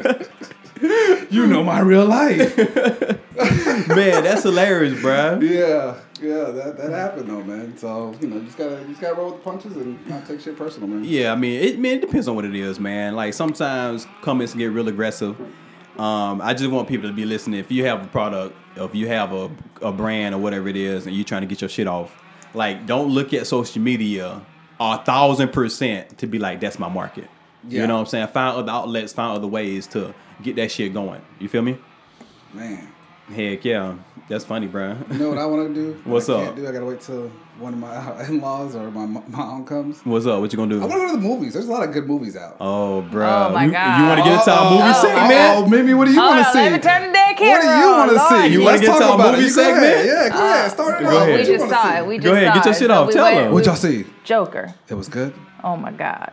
me. you know my real life. Man, that's hilarious, bruh. Yeah, yeah, that, that happened though, man. So you know, you just gotta you just gotta roll with the punches and not take shit personal, man. Yeah, I mean, it man, it depends on what it is, man. Like sometimes comments can get real aggressive. Um, I just want people to be listening. If you have a product, if you have a, a brand or whatever it is, and you're trying to get your shit off, like don't look at social media a thousand percent to be like that's my market. Yeah. You know what I'm saying? Find other outlets, find other ways to get that shit going. You feel me? Man, Heck yeah, that's funny, bruh. you know what I want to do? What's I up? Can't do I gotta wait till one of my in-laws or my my mom comes. What's up? What you gonna I do? want to go to the movies. There's a lot of good movies out. Oh, bro. Oh, my you, God. You want to get into our movie Uh-oh. segment? Oh, Uh-oh, Mimi, what do you Hold want to on, see? let me turn the dead What do camera you on, want to see? Lord You want wanna to get talk to our about movie it. You go ahead. segment? Yeah, go ahead. Start it Go off. ahead. What We you just wanna saw see? it. We just Go ahead, saw get your it. shit So off. we Tell went- them. What'd y'all see? Joker. It was good. Oh my God.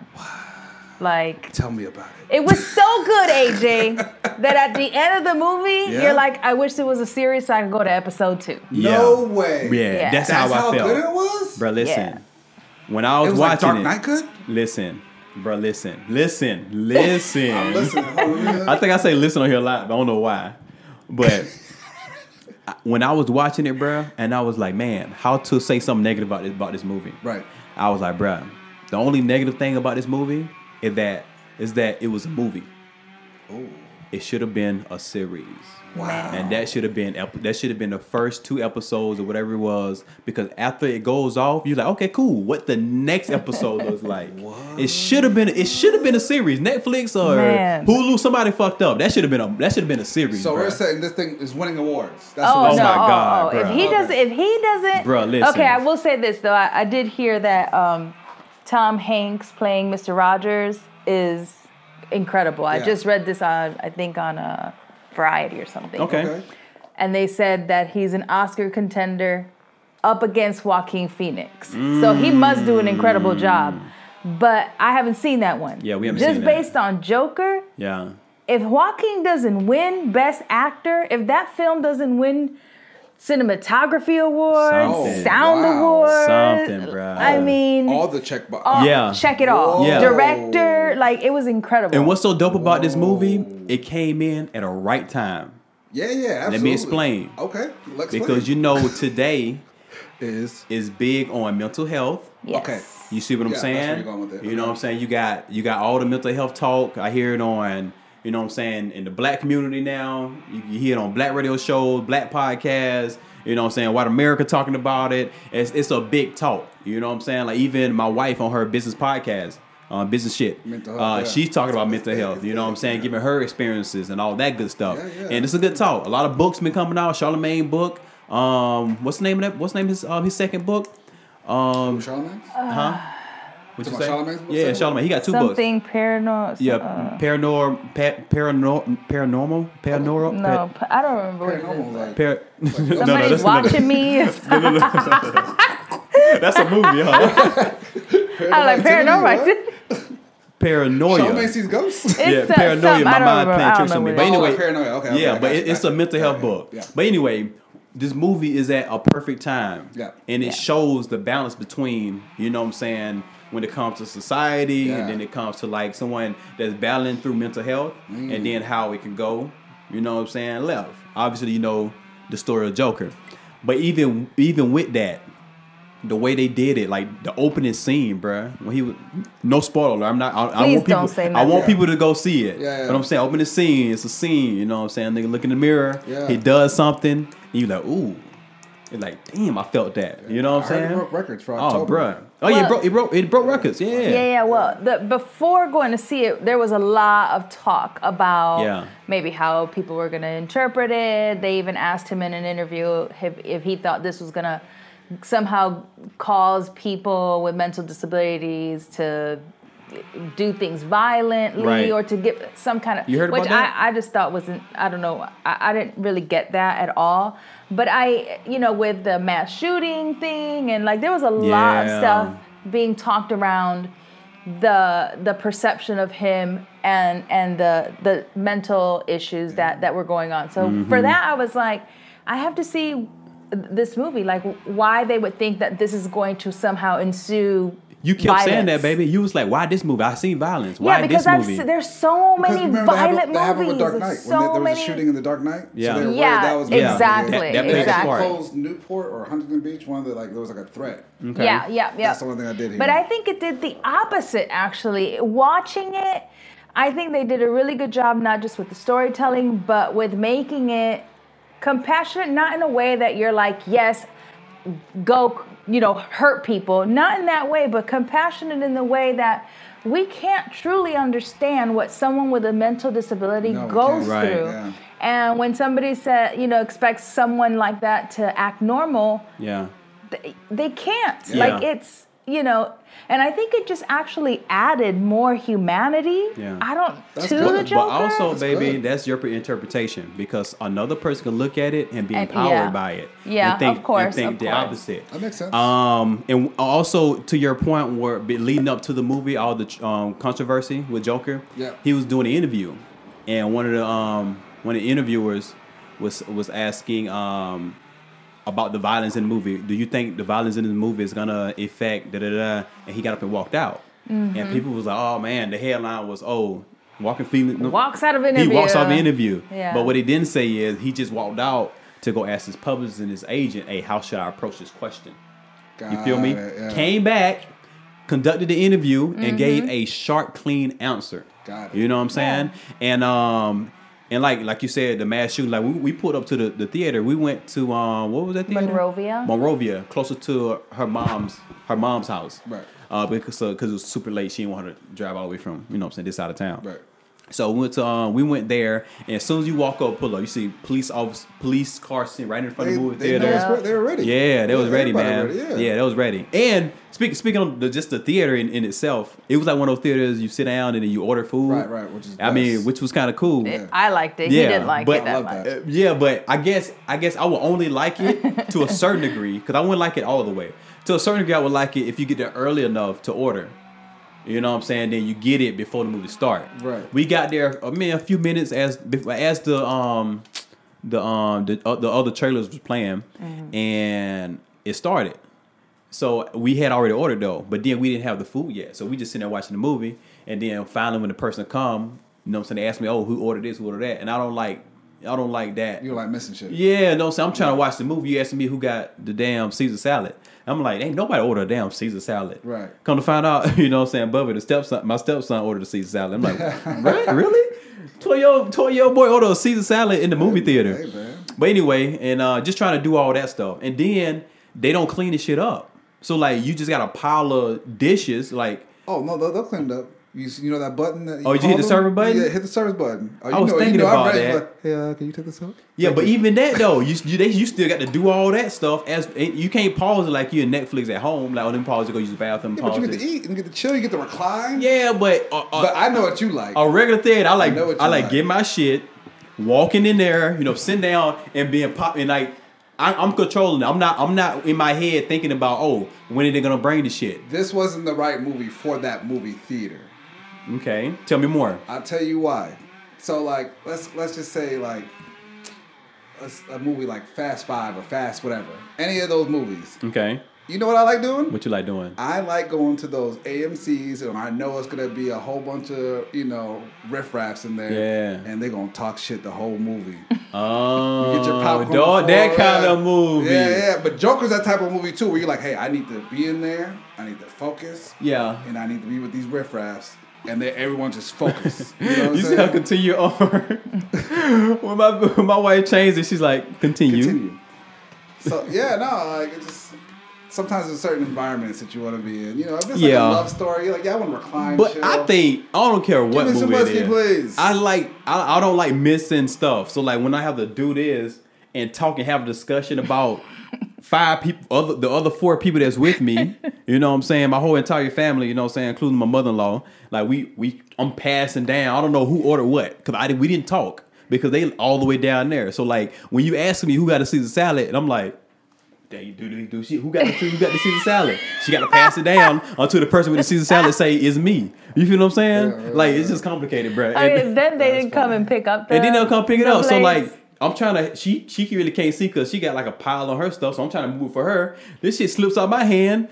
Like Tell me about it. it was so good, AJ, that at the end of the movie, Yeah. you're like, I wish there was a series so I could go to episode two. No way. Yeah, Yeah. that's, how, That's how I felt. good it was? Bro, listen. Yeah. When I was, It was like watching Dark it, Knight good? listen, bro, listen, listen, listen. I'm listening. homie. I think I say listen on here a lot, but I don't know why. But I- when I was watching it, bro, and I was like, man, how to say something negative about this, about this movie? Right. I was like, bro, the only negative thing about this movie is that is that it was a movie. It should have been a series. Wow. And that should have been ep- that should have been the first two episodes or whatever it was because after it goes off, you're like, okay, cool. What the next episode looks like? It should have been it should have been a series. Netflix or Man. Hulu, somebody fucked up. That should have been a that should have been a series. So we're bruh. saying this thing is winning awards. That's Oh, what Oh we're no! my saying. oh, God, oh. If bruh. he doesn't, if he doesn't, Bruh, listen. Okay, I will say this though. I, I did hear that um, Tom Hanks playing Mr. Rogers is incredible. I Yeah. just read this on, I think, on a Variety or something. Okay. Okay. and they said that he's an Oscar contender up against Joaquin Phoenix. So he must do an incredible job. But I haven't seen that one. Yeah, we haven't Just seen that. based on Joker, Yeah. if Joaquin doesn't win Best Actor, if that film doesn't win cinematography award, Something. sound Wow. award, Something, bruh. I mean, All the check box. Oh. Yeah. check it all. Yeah. Director, like it was incredible. And what's so dope about this movie? It came in at a right time Yeah, yeah, absolutely. me explain. Okay, let's because you know today is is big on mental health. yes. okay. You see what I'm Yeah, that's saying? where you're going with it. You know what I'm Okay. saying? You got you got all the mental health talk. I hear it on you know what I'm saying in the black community now. You, you hear it on black radio shows, black podcasts. You know what I'm saying? White America talking about it. It's it's a big talk. You know what I'm saying? Like even my wife on her business podcast. Uh, business shit. Mental uh, health, yeah. She's talking about It's mental big, health. it's You know what I'm big, saying? yeah. Giving her experiences and all that good stuff. Yeah, yeah. And it's a good talk. A lot of books been coming out. Charlemagne book. Um, what's the name of that? What's the name of his um, his second book? Um, Charlemagne. Oh, what Talking about Charlemagne's book, Yeah, second Charlemagne. He got two books. Something paranormal. uh, Yeah, paranorm, pa- paranor, paranormal, paranormal. No, pa- I don't remember what it Paranormal, is. like, Par- no, no, Somebody's that's another- watching me. That's a movie, huh? I like paranormal. activity. Paranoia. Charlemagne sees ghosts. It's Yeah, uh, paranoia, something- my I don't mind remember- playing I don't tricks on know me. what But it is. anyway- oh, paranoia. Okay, okay, yeah, I but got it, you, it's got a you. mental health Okay, book. Yeah. But anyway, this movie is at a perfect time. Yeah. And it Yeah. shows the balance between, you know what I'm saying, when it comes to society Yeah. and then it comes to like someone that's battling through mental health Mm. and then how it can go, you know what I'm saying, left. Obviously, you know the story of Joker. But even even with that, the way they did it, like the opening scene, bruh, when he was no spoiler, I'm not. I, I Please want people, don't say I want nothing. people to go see it. Yeah, yeah. But I'm saying, open the scene. It's a scene. You know what I'm saying? Nigga look in the mirror. Yeah. He does something. And you like, ooh. It's like, damn, I felt that. You know what I'm I heard it saying? broke records for Oh, October. bruh. Oh, yeah, it Well- broke, it broke, it broke records. Yeah. Yeah, yeah. Well, the, before going to see it, there was a lot of talk about Yeah. maybe how people were going to interpret it. They even asked him in an interview if, if he thought this was going to somehow cause people with mental disabilities to do things violently Right. or to give some kind of You heard which about that? I, I just thought wasn't I don't know I, I didn't really get that at all but I you know with the mass shooting thing and like there was a lot of Yeah. stuff being talked around the the perception of him and and the the mental issues that that were going on. So Mm-hmm. for that, I was like, I have to see this movie, like why they would think that this is going to somehow ensue. You kept saying that, violence. baby. You was like, "Why this movie? I seen violence. Why Yeah, because this I've movie?" seen, there's so Because many remember that happened- violent that happened movies. with Dark Knight There's when there, so there was many- a shooting in the Dark Knight. Yeah. so they were Yeah, worried that was Yeah, exactly, that- that They plays a exactly. part. closed Newport or Huntington Beach. One of the like there was like a threat. Okay. Yeah, yeah, yeah. That's the only thing I did But hear. I think it did the opposite, actually. Watching it, I think they did a really good job, not just with the storytelling, but with making it compassionate, not in a way that you're like, yes, go, you know, hurt people. Not in that way, but compassionate in the way that we can't truly understand what someone with a mental disability No, we goes can't. Right, through. yeah. And when somebody said, you know, expects someone like that to act normal, yeah, they, they can't. Yeah. Like it's you know, and I think it just actually added more humanity. Yeah. I don't That's to good. the But Joker. But also, baby, good. that's your interpretation because another person can look at it and be And- empowered yeah. by it. Yeah, and think, of course, And think of the course. opposite. That makes sense. Um, and also to your point, where be- leading up to the movie, all the um, controversy with Joker. Yeah. He was doing an interview, and one of the um one of the interviewers was was asking um about the violence in the movie. Do you think the violence in the movie is gonna affect da da da? And he got up and walked out. Mm-hmm. And people was like, "Oh man," the headline was, "Oh, walking feeling Walks out of an He walks out of the interview. interview. Yeah. But what he didn't say is he just walked out to go ask his publicist and his agent, "Hey, how should I approach this question?" You feel me? Got it, yeah. Came back, conducted the interview, and gave a sharp, clean answer. Got it. You know what I'm saying? And um, and like like you said, the mass shooting. Like we, we pulled up to the, the theater. We went to um, what was that theater? Monrovia. Monrovia, closer to her mom's her mom's house. Right. Uh, because because it was super late, she didn't want her to drive all the way from you know what I'm saying this side of town. Right. So we went to um, we went there, and as soon as you walk up, pull up, you see police office, police car sitting right in front They, of the movie they, theater. know it's re- they were ready. Yeah, that was ready, everybody man. ready, yeah. yeah. that was ready. And speak, speaking of the, just the theater in, in itself, it was like one of those theaters you sit down and then you order food. Right, right, which is I mean, nice. which was kind of cool. It- I liked it. he Yeah, didn't like but- it I that love much. that. Uh, yeah, but I guess I guess I will only like it to a certain degree because I wouldn't like it all the way. To a certain degree, I would like it if you get there early enough to order. You know what I'm saying? Then you get it before the movie start. Right. We got there. I mean, a few minutes as bef- as the um the um the uh, the other trailers was playing, and it started. So we had already ordered though, but then we didn't have the food yet. So we just sitting there watching the movie, and then finally when the person come, you know what I'm saying, they ask me, "Oh, who ordered this? Who ordered that?" And I don't like, I don't like that. You were like missing shit. Yeah, no, so I'm trying to watch the movie. You asking me who got the damn Caesar salad. I'm like, ain't nobody ordered a damn Caesar salad. Right. Come to find out, you know what I'm saying, Bubba, the stepson, my stepson ordered a Caesar salad. I'm like, really? really? 12 year old, 12 year old boy ordered a Caesar salad in the movie theater. hey, man. But anyway, and uh, just trying to do all that stuff. And then they don't clean the shit up. So like you just got a pile of dishes. Like Oh no, they'll, they'll clean it up. You, s- you know that button that you Oh, did you hit call the them? server button? Yeah, hit the service button. Oh, you I was know, thinking you know, I'm about ready, that. but, hey, uh, can you take this out? yeah, but even that though, you you, they, you still got to do all that stuff. As and you can't pause it like you in Netflix at home. Like on them pause to go use the bathroom. Yeah, pause but you get this. to eat and get to chill. You get to recline. Yeah, but a, a, But I know what you like. a regular thing, I like know what I, you like, like. get my shit, walking in there, you know, sitting down and being pop and like I, I'm controlling. it. I'm not I'm not in my head thinking about oh when are they gonna bring the shit. This wasn't the right movie for that movie theater. Okay, tell me more. I'll tell you why. So like let's let's just say like a, s- a movie like Fast Five or Fast whatever. Any of those movies. Okay, You know what I like doing? what you like doing? I like going to those AMC's and I know it's gonna be a whole bunch of you know riffraffs in there. Yeah. And they're gonna talk shit the whole movie. Oh, Get your popcorn. dog, that for kind it. of movie. Yeah, yeah. But Joker's that type of movie too, where you're like, hey, I need to be in there. I need to focus. Yeah. And I need to be with these riffraffs. And then everyone just focus. You know what I'm You see how saying? continue on. when my when my wife changed it, she's like, continue. continue. So yeah, no, like it just sometimes there's certain environments that you want to be in. You know, if it's like Yeah. a love story, you're like, yeah, I want to recline. But chill. I think I don't care what me some movie whiskey, it is. please. I like I, I don't like missing stuff. So like when I have to do this and talk and have a discussion about five people other the other four people that's with me, you know what I'm saying? My whole entire family, you know what I'm saying, including my mother-in-law. Like we we I'm passing down. I don't know who ordered what cuz I did, we didn't talk because they all the way down there. So like when you ask me who got to see the salad, and I'm like They do they do shit. Who got the who got the Caesar salad? She got to pass it down onto the person with the Caesar salad. Say it's me. You feel what I'm saying? Yeah, yeah, like yeah. it's just complicated, bro. I mean, And- then they That's didn't come funny. and pick up the. and then they'll come pick it the up. So plates. like I'm trying to she she really can't see because she got like a pile on her stuff. So I'm trying to move for her. This shit slips out my hand.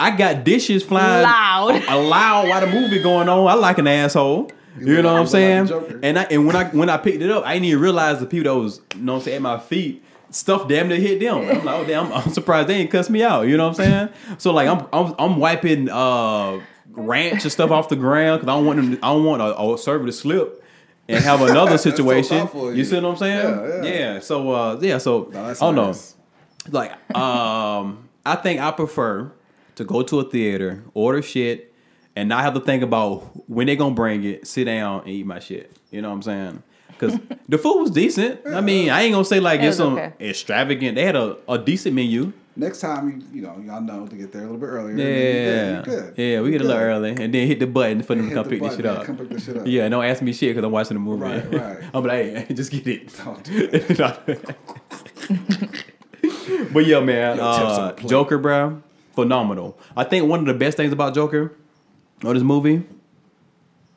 I got dishes flying Loud. loud while the movie going on. I like an asshole. You, look know what I'm like- you saying? look like the Joker. and I and when I when I picked it up, I didn't even realize the people that was you know what I'm saying at my feet. Stuff damn near hit them. I'm like, oh damn, I'm surprised they didn't cuss me out. You know what I'm saying? So like, I'm I'm, I'm wiping uh, ranch and stuff off the ground because I don't want them. I don't want a, a server to slip and have another so situation. thoughtful of you you. see what I'm saying? Yeah, yeah. So uh, yeah. So No, Oh, that's I don't know. nice. Like um, I think I prefer to go to a theater, order shit, and not have to think about when they gonna bring it. Sit down and eat my shit. You know what I'm saying? Because the food was decent. I mean, I ain't gonna say like It it's was some okay. extravagant. They had a, a decent menu. Next time, you you know, y'all know to get there a little bit earlier. and Yeah, then you good. you good. yeah, we You get a little good. early and then hit the button for them Hit to come the pick this button, shit man. up. Come pick this shit up. Yeah, don't ask me shit because I'm watching the movie. Right, right. I'm like, hey, just get it. Don't but yeah, man, Yo, tips on uh, the plate. Joker, bro, phenomenal. I think one of the best things about Joker or this movie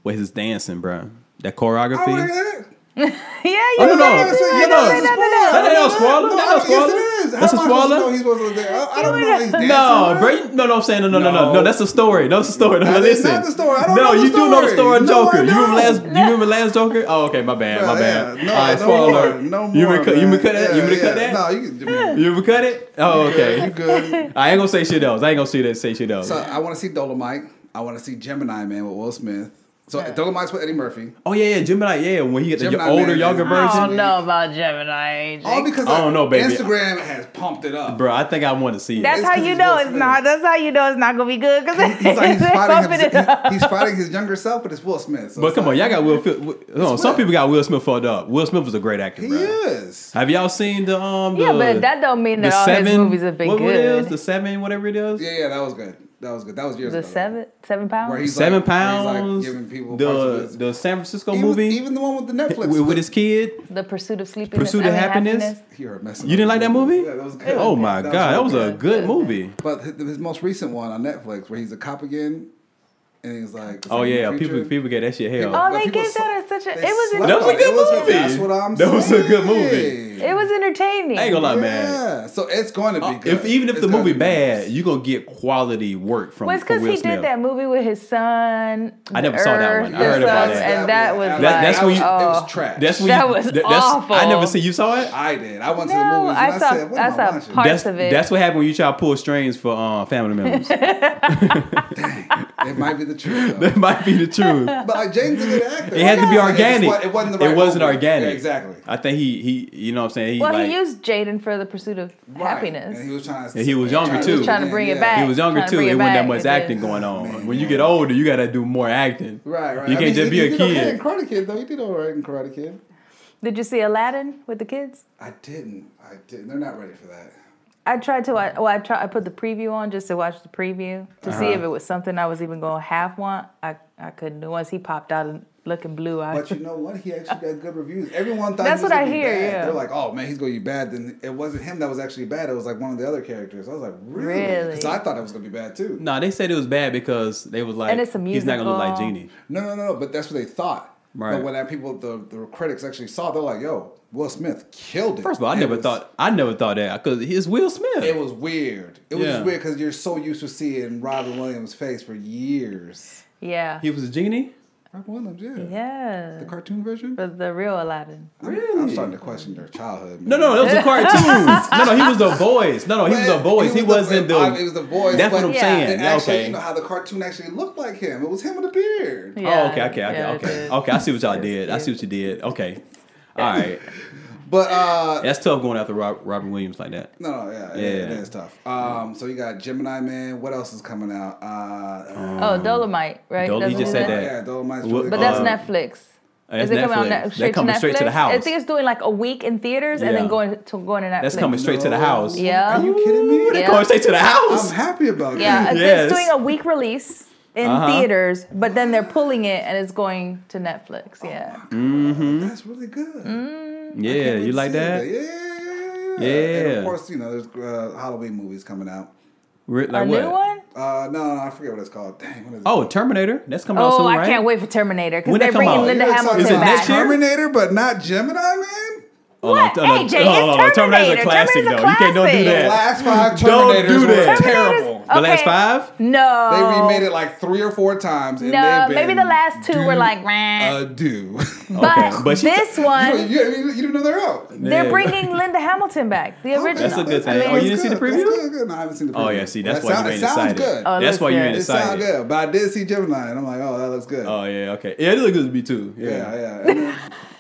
was his dancing, bro. That choreography. I wanna hear that. yeah, you Oh, no, said no. it That's too. a- I yeah, know, no, I it's know, a I know. spoiler. That ain't a spoiler. That's not spoiler. No, Oh, yes, it is. That's How a am I supposed to spoiler. know he's supposed to- I- I don't You know he's know- dancing, No, man. bro. you- No, no, I'm saying no, no, no, no, No. no. That's a story. That's a story. No, That is listen. not the story. I don't no, know the you do know the story. story of No, I Joker. you remember don't. last? You remember last Joker? Oh, okay, my bad, my Yeah, bad. yeah. No, All right, no spoiler. more. No more. You would cut- you man. would cut that? You Yeah, would cut yeah. that? No, you can. I mean, You ever cut it? Oh, You okay. good? I ain't gonna say shit else. I ain't gonna see that. Say shit else. So I want to see Dolomite. I want to see Gemini Man with Will Smith. So Dolomite's with Eddie Murphy. oh yeah, yeah, Gemini. Yeah, when he got the Gemini older, Man. Um, younger I I version. don't know Oh, about Gemini. Jake. All because I don't like, know, baby. Instagram has pumped it up. Bro, I think I want to see that's it. It's how 'cause you it's know Will it's Smith. not. That's how you know it's not gonna be good because He's like he's they're fighting pumping him. it up. He's fighting his younger self, but it's Will Smith. So But it's come on, like, y'all got Will. Fi- Wi- no, some Smith. people got Will Smith fucked up. Will Smith was a great actor, He bro. is. Have y'all seen the um? The, Yeah, but that don't mean that all his movies have been what, What it is good. the seven? Whatever it is. Yeah, yeah, that was good. That was good. That was years The ago. seven, seven Where pounds. he's Seven like, where he's like pounds. giving people parts of the his- the San Francisco even, movie even the one with the Netflix with, with his kid. The pursuit of sleepiness. Pursuit I of mean, Happiness? He heard messing You up. didn't like that movie? Yeah, that was good. Oh my That god, that really was a good. good movie. But his, his most recent one on Netflix, where he's a cop again, and he's like, it's Oh like in the yeah, people future. people get that shit hell. People- Oh, But they people gave that sl- as such a. they It was. slept That was a on good it. It movie. That's what I'm That saying. was a good movie. It was entertaining. I ain't gonna lie, man. Uh, Yeah, so it's going to be good. If even if It's the gonna movie be bad, nice. you gonna get quality work from, Well, it's from because Will he Smith. did that movie with his son. I The never saw that one. Earth, I the heard about Sun, that. and that was That- That- like, that's when you- it oh. was trash. That's when That you, was that's, I never awful. see you saw it. I did. I went to the No, movies. And I I, saw- said, what I am I saw watching? part- That's, Parts of it. that's what happened when you try to pull strings for uh, family members. It might be the truth. though. that might be the truth. But like James is a good actor. It had to be Like, it just organic. wa- It wasn't the right It wasn't movie. organic. Yeah, exactly. I think he he you know what I'm saying. He, Well, like, he used Jaden for the pursuit of Right. happiness. And he was trying to. And he was younger, trying too. He was trying to bring it back. He was younger trying to too. bring It it wasn't that back. much It acting did. going on. Man, when you get older, you gotta do more acting. Right, right. You I can't mean, just he- be he a did okay in kid. Karate Kid though, he did all right in Karate Kid. Did you see Aladdin with the kids? I didn't. I didn't. They're not ready for that. I tried to. wa- Well, I tried. I put the preview on just to watch the preview to Uh-huh. see if it was something I was even going to half want. I I couldn't. do. Once he popped out and looking blue, I But you know what? He actually got good reviews. Everyone thought That's he was what I gonna be hear, Bad. yeah. They're like, "Oh man, he's gonna be bad." Then it wasn't him that was actually bad. It was like one of the other characters. I was like, "Really?" Really? Because I thought it was gonna be bad too. No, they said it was bad because they was like And it's a he's not gonna look like musical. Genie. No, no, no, no. But that's what they thought. Right. But when that people, the, the critics actually saw, they're like, "Yo, Will Smith killed it." First of all, I It never was- thought I never thought that because it's Will Smith. it was weird. It was Yeah. just weird because you're so used to seeing Robin Williams' face for years. yeah, he was a genie. Robin Williams, yeah. yeah, The cartoon version. for the real Aladdin. Oh, I'm starting to question their childhood. No, no, those were cartoons. no, no, he was the voice. No, no, he was the voice. He wasn't the. It was the voice. That's what but I'm Yeah. saying. It Yeah, actually, okay. you know how the cartoon actually looked like him. It was him with a beard. Oh, Yeah, okay, okay, okay, yeah, it okay, is. okay. I see what y'all did. I see what you did. Okay, all right. But uh, That's tough going after Rob, Robin Williams like that. no, no, yeah, it- it Yeah. is tough. Um, so you got Gemini Man. What else is coming out? Uh, Oh, Dolomite, right? Dol- That's you what just it said is? that. Yeah, Dolomite's What- really But that's Uh, Netflix. That's Is it coming out Netflix. ne- That straight to coming straight to the Netflix? I house. think it's doing like a week in theaters and Yeah. then going to going to Netflix. That's coming straight to the No. house. Yeah. Are you kidding me? Ooh, they Yeah. going straight to the house. I'm happy about Yeah, that. it's Yes. doing a week release in Uh-huh. theaters, but then they're pulling it and it's going to Netflix. Yeah. That's really good. Mm-hmm. Yeah, Mm-hmm. you like that? Yeah, yeah, yeah, yeah, Yeah. And Yeah. of course, you know, there's uh, Halloween movies coming out. Re- A like new what? one? Uh, no, no, I forget what it's called. Dang, what is it? Oh, Terminator. That's coming out Oh, soon, I right? can't wait for Terminator because When that they're come bringing out? Linda You're Hamilton excited Oh, Is it about next back. year? Terminator, but not Gemini Man? Oh, What? no, no, Hey, Jay, hold on, it's hold on. Terminator's a Terminator. classic, Terminator's a though. You can't don't do classic. The that. last five Don't Terminators do were that. Terminator's- terrible. The last okay. five? No. They remade it like three or four times. And No, they've maybe been the last two were doo- like, "Meh." Uh, do. but, Okay, but she- this you, one, you, you didn't know they're out. they're Yeah. bringing Linda Hamilton back, the original. That's a good thing. I mean, Oh, you didn't see the That's preview? good, good. No, I haven't seen the preview. Oh yeah, see that's That why sound- you ain't it sounds excited. good. Oh, it that's looks why you good. ain't it sounds excited. good, but I did see Gemini, and I'm like, oh, that looks good. Oh yeah, okay. Yeah, it looks good to me too. Yeah. yeah, yeah. And then-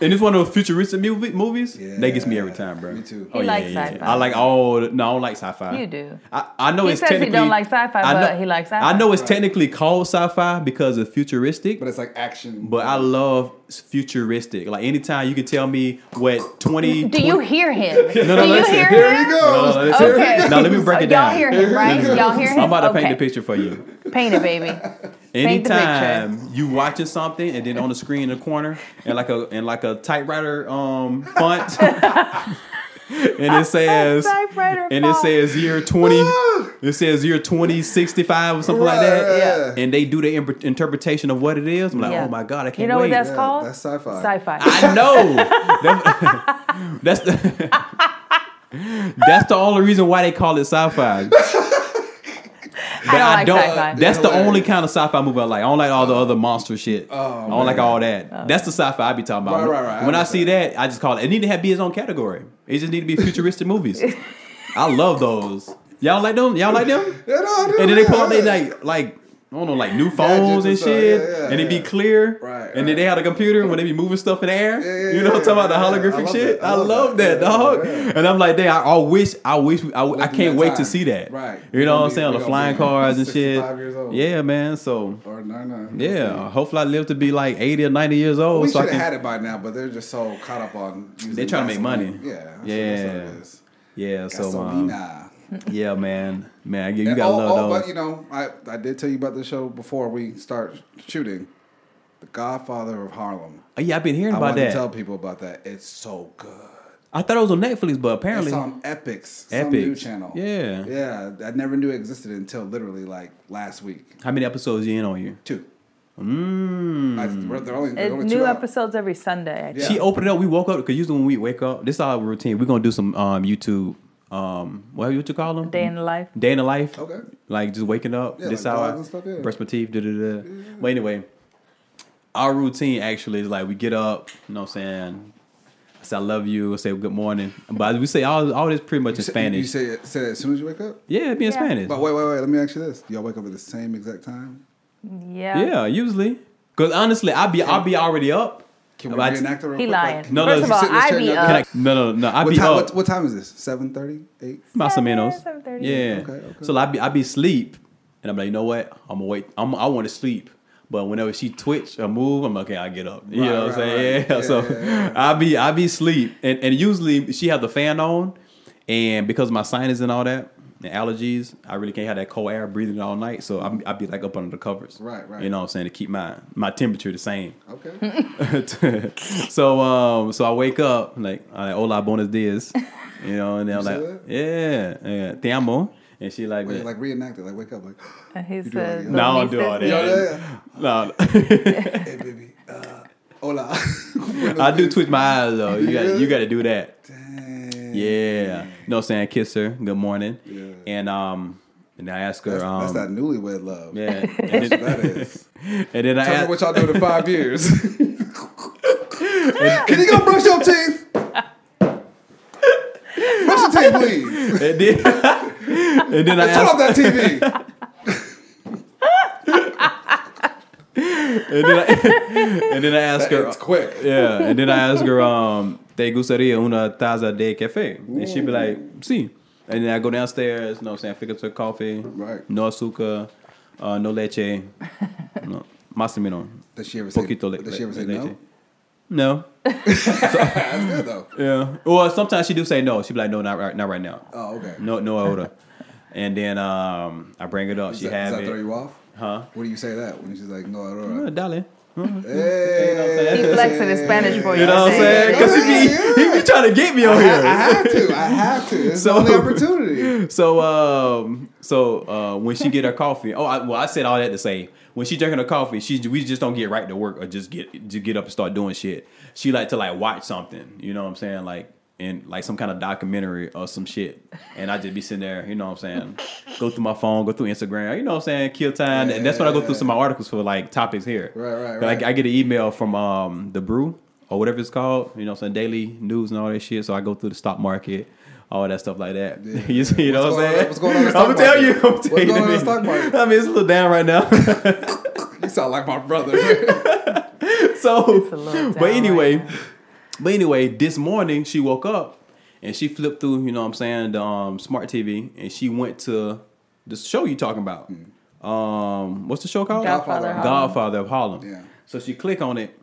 And it's one of those futuristic movie, movies. Yeah. They gets me every time, bro. Oh, Me too. He likes sci-fi. I like all. The, no, I don't like sci-fi. You do. I, I know He it's says he technically. don't like sci-fi, I but he likes sci-fi. I know it's technically called sci-fi because it's futuristic. but But, it's like action. I love futuristic. Like anytime you can tell me what twenty. do you hear him? No, no, do you listen. hear Here him? he goes. No, no, listen. Okay. Now, let me break it down. Y'all hear him, right? Y'all hear him? I'm about to okay. paint the picture for you. Paint it, baby. Paint the picture. Anytime you watching something and then on the screen in the corner and like a and like a typewriter um font and it says Typewriter and it font. says year 20 it says year 2065 or something like that. Oh, Yeah. And they do the imp- interpretation of what it is. I'm like, Yeah. "Oh my god, I can't You know wait." what that's Yeah, called? that's sci-fi. Sci-fi. I know. That- that's the That's the only reason why they call it sci-fi. I don't like sci-fi. That's the Hilarious. Oh, only kind of sci-fi movie I like. I don't like all the other monster shit. I don't like all that. Oh. That's the sci-fi I be talking about. Right, right, right. I When I, see understand. that, I just call it. It need to have be its own category. It just need to be futuristic movies. I love those. Y'all like them? Y'all like them? Yeah, no, I do, And then they pull yeah, out they yeah. like like I don't know like new and phones and stuff. shit, Yeah, yeah, and it be yeah. clear. Right, And then they had a computer when they be moving stuff in the air. Yeah, yeah, you know, what I'm yeah, talking about the yeah, yeah. I holographic love shit. that. I I love love that. that, Yeah, dog. yeah. And I'm like, damn, I, I wish, I wish, I, I Living can't that wait time. to see that. Right. You know what We're I'm saying? gonna The be- flying we're gonna be cars and 65 shit. years old. Yeah, man. So Or no, no. yeah, hopefully I live to be like 80 or 90 years old. We so I should can, have had it by now, but they're just so caught up on. Using They're trying to make money. gasoline. Yeah. that's- Yeah. That's what it is. yeah. So um, Gasolina. yeah, man, man, you, you And- gotta oh, love oh, those. but you know, I, I did tell you about the show before we start shooting. The Godfather of Harlem. Oh, yeah, I've been hearing I about want to that. tell people about that. It's so good. I thought it was on Netflix, but apparently It's on Epics, some new Epics. channel. Yeah. Yeah. I never knew it existed until literally like last week. How many episodes you in on you? Two. Mm. I, they're only, they're It's only new two out. episodes every Sunday. Yeah. She opened it up. We woke up because usually when we wake up, this is our routine. We're gonna do some um YouTube. Um, what what you call them? Day in the life. Day in the life. Okay. Like just waking up. Yeah, this like hour. vlogs and stuff, yeah. Brush my teeth. Da da da. But anyway, our routine actually is like we get up. You know what I'm saying? I say I love you. I say good morning. But we say all all this pretty much in Spanish. You say it, say it as soon as you wake up? yeah, it be in Yeah. Spanish. But wait, wait, wait. Let me ask you this. Do y'all wake up at the same exact time? Yeah. yeah, usually. Cause honestly, I be I be already up. Can we But I- reenact it real He quick? lying. No, no, First of all, sit in this I chair, be y'all up. Can I, no, no, no. I What be time, up. what, what time is this? 7.30? 8? Más o Seven, menos. seven thirty. Yeah. Okay, okay. So I be I be sleep, and I'm like, you know what? I'm gonna wait. I'm I want to sleep, but whenever she twitch or move, I'm like, okay. I get up. You Right, know what right, I'm saying? right. Yeah. Yeah, so yeah, yeah. I be I be sleep, and and usually she have the fan on, and because of my sinus and all that. And allergies, I really can't have that cold air breathing all night, so I'm, I'd be like up under the covers. Right, right. You know what I'm saying to keep my my temperature the same. Okay. so um so I wake up like I'm like hola buenos dias, you know, and then I'm say like yeah, yeah, te amo, and she like, Wait, like reenact it. Like wake up like, And He do all says, that. no, I don't do all "Bonitas that. Yo, No, yeah. me." hey, baby. Uh, hola. I do twitch my eyes though. You got Yeah. you got to do that. Dang. Yeah, you know, what I'm saying kiss her, good morning, Yeah. and um and I ask her That's, um that's that newlywed love. yeah, and then, That is. and then I Tell me what ask, y'all doing in five years. Can you go brush your teeth? Brush your teeth, please. and then, and then I Turn ask, off that TV. and then I, and then I ask her It's quick. Yeah, and then I ask her, um, ¿te gustaría una taza de café? And she'd be like, sí. And then I go downstairs, you know what I'm saying, pick up some coffee. Right. No azúcar, uh, no leche. no, más o menos. Does she ever say, Poquito le- does she ever say leche. no? No. That's good, though. Yeah. Well, sometimes she do say no. She'd be like, no, not right, not right now. Oh, okay. No, no ahora. and then um, I bring it up. Does she that, does have that throw it. you off? Huh? What do you say that when she's like, no, Oh, Aurora? dale. Hey. He flexing his Spanish for you. You know what I'm saying? Because he be, he be trying to get me on I, I here. have to. I have to. It's So- the only opportunity. So, um, so uh, when she get her coffee, oh, I, well, I said all that to say when she drinking her coffee, she we just don't get right to work or just get just get up and start doing shit. She like to like watch something, you know what I'm saying? Like in like some kind of documentary or some shit, and I just be sitting there, you know what I'm saying? Go through my phone, go through Instagram, you know what I'm saying? Kill time, and that's when I go through some of my articles for like topics here. Right, right, But I- right. I get an email from um the brew or whatever it's called, you know, some daily news and all that shit. So I go through the stock market, all that stuff like that. you see, you know What's what I'm going on- saying? what's going on in the stock I'm gonna tell market? you. I'm gonna What's tell you going on in the that. stock market? I mean, it's a little down right now. You sound like my brother. a so, little but down anyway, right now. but anyway, this morning she woke up and she flipped through, you know, what I'm saying, the um, smart TV, and she went to the show you talking about. Mm. Um, what's the show called? Godfather. Godfather of Harlem. Yeah. So she click on it,